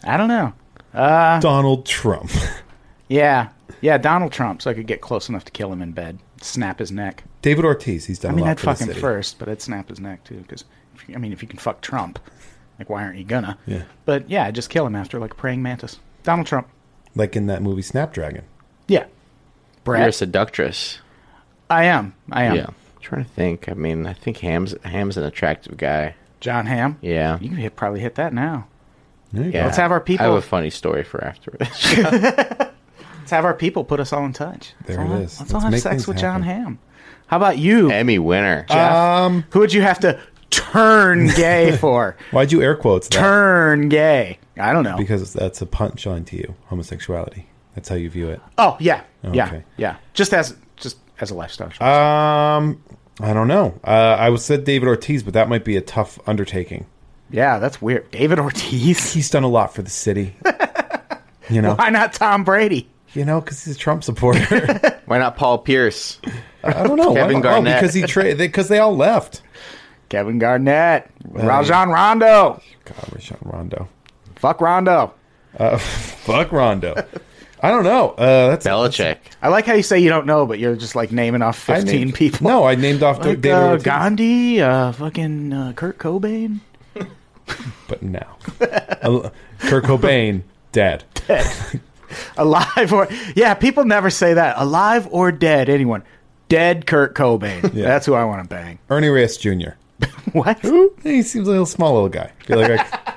[SPEAKER 2] I don't know.
[SPEAKER 3] Donald Trump.
[SPEAKER 2] Yeah, yeah, Donald Trump. So I could get close enough to kill him in bed, snap his neck.
[SPEAKER 3] David Ortiz. He's done
[SPEAKER 2] I mean,
[SPEAKER 3] a lot
[SPEAKER 2] I'd
[SPEAKER 3] for the
[SPEAKER 2] fuck him
[SPEAKER 3] city.
[SPEAKER 2] first, but I'd snap his neck too. Because I mean, if you can fuck Trump, like why aren't you gonna?
[SPEAKER 3] Yeah.
[SPEAKER 2] But yeah, I'd just kill him after like a praying mantis. Donald Trump.
[SPEAKER 3] like in that movie Snapdragon.
[SPEAKER 2] Yeah. Brett.
[SPEAKER 4] You're a seductress.
[SPEAKER 2] I am. I am.
[SPEAKER 4] Yeah. I'm trying to think. I mean, I think Ham's Ham's an attractive guy.
[SPEAKER 2] John Ham.
[SPEAKER 4] Yeah.
[SPEAKER 2] You could hit, probably hit that now.
[SPEAKER 3] There you
[SPEAKER 4] Yeah.
[SPEAKER 3] go.
[SPEAKER 2] Let's have our people-
[SPEAKER 4] I have a funny story for afterwards.
[SPEAKER 2] Let's have our people put us all in touch. Let's
[SPEAKER 3] There it
[SPEAKER 2] all have-
[SPEAKER 3] is.
[SPEAKER 2] Let's, all
[SPEAKER 3] Let's
[SPEAKER 2] have
[SPEAKER 3] make
[SPEAKER 2] sex
[SPEAKER 3] things
[SPEAKER 2] with John
[SPEAKER 3] happen.
[SPEAKER 2] Ham. How about you?
[SPEAKER 4] Emmy winner.
[SPEAKER 2] Jeff?
[SPEAKER 3] Um,
[SPEAKER 2] Who would you have to turn gay for?
[SPEAKER 3] why'd you air quotes that?
[SPEAKER 2] turn gay. I don't know.
[SPEAKER 3] Because that's a punchline to you, homosexuality. That's how you view it.
[SPEAKER 2] oh yeah, yeah,
[SPEAKER 3] okay. Uh,
[SPEAKER 2] yeah. Just as just as a lifestyle. choice.
[SPEAKER 3] Um, I don't know. Uh, I would said David Ortiz, but that might be a tough undertaking.
[SPEAKER 2] yeah, that's weird. David Ortiz.
[SPEAKER 3] He's done a lot for the city. you know,
[SPEAKER 2] Why not Tom Brady?
[SPEAKER 3] you know, because he's a Trump supporter.
[SPEAKER 4] Why not Paul Pierce?
[SPEAKER 3] I don't know.
[SPEAKER 4] Kevin
[SPEAKER 3] Why not?
[SPEAKER 4] Garnett.
[SPEAKER 3] Oh, because he tra- because they all left.
[SPEAKER 2] Kevin Garnett. Rajon Rondo.
[SPEAKER 3] God, Rajon Rondo.
[SPEAKER 2] Fuck Rondo.
[SPEAKER 3] Fuck Rondo. I don't know. Uh, that's
[SPEAKER 4] Belichick.
[SPEAKER 2] I like how you say you don't know, but you're just like naming off
[SPEAKER 3] I named-
[SPEAKER 2] 15 people.
[SPEAKER 3] No, I named off
[SPEAKER 2] like,
[SPEAKER 3] David
[SPEAKER 2] uh,
[SPEAKER 3] Ortiz,
[SPEAKER 2] Gandhi, uh, fucking uh, Kurt Cobain.
[SPEAKER 3] but now Kurt Cobain dead.
[SPEAKER 2] alive or yeah people never say that alive or dead anyone dead kurt cobain that's who i want to bang
[SPEAKER 3] Ernie Reyes Jr.
[SPEAKER 2] what
[SPEAKER 3] He seems a little small little guy. Feel like I-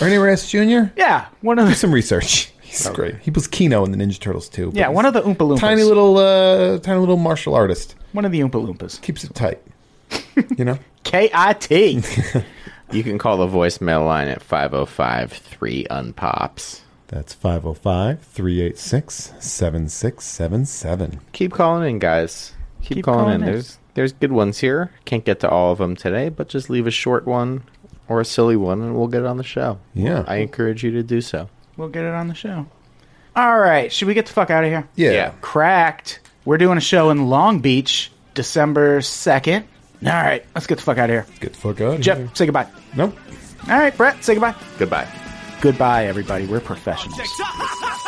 [SPEAKER 3] Ernie Reyes Jr.
[SPEAKER 2] yeah one of
[SPEAKER 3] Do
[SPEAKER 2] the
[SPEAKER 3] some research. He's great. He was Kino in the Ninja Turtles too. but
[SPEAKER 2] yeah
[SPEAKER 3] he's
[SPEAKER 2] one of the oompa loompas
[SPEAKER 3] tiny little uh, tiny little martial artist
[SPEAKER 2] one of the oompa loompas
[SPEAKER 3] keeps it tight. You know.
[SPEAKER 2] k-i-t
[SPEAKER 4] You can call the voicemail line at 505 3 Unpops.
[SPEAKER 3] That's 505 386 7677.
[SPEAKER 4] Keep calling in, guys. Keep,
[SPEAKER 2] Keep
[SPEAKER 4] calling,
[SPEAKER 2] calling
[SPEAKER 4] in.
[SPEAKER 2] in.
[SPEAKER 4] There's there's good ones here. Can't get to all of them today, but just leave a short one or a silly one, and we'll get it on the show.
[SPEAKER 3] Yeah.
[SPEAKER 4] I encourage you to do so.
[SPEAKER 2] we'll get it on the show all right should we get the fuck out of here
[SPEAKER 3] Yeah.
[SPEAKER 4] Yeah.
[SPEAKER 2] cracked we're doing a show in long beach december 2nd all right let's get the fuck out of here
[SPEAKER 3] Get the fuck out of here.
[SPEAKER 2] jeff say goodbye
[SPEAKER 3] Nope.
[SPEAKER 2] all right brett say goodbye
[SPEAKER 4] Goodbye.
[SPEAKER 2] goodbye everybody we're professionals
[SPEAKER 8] Objects.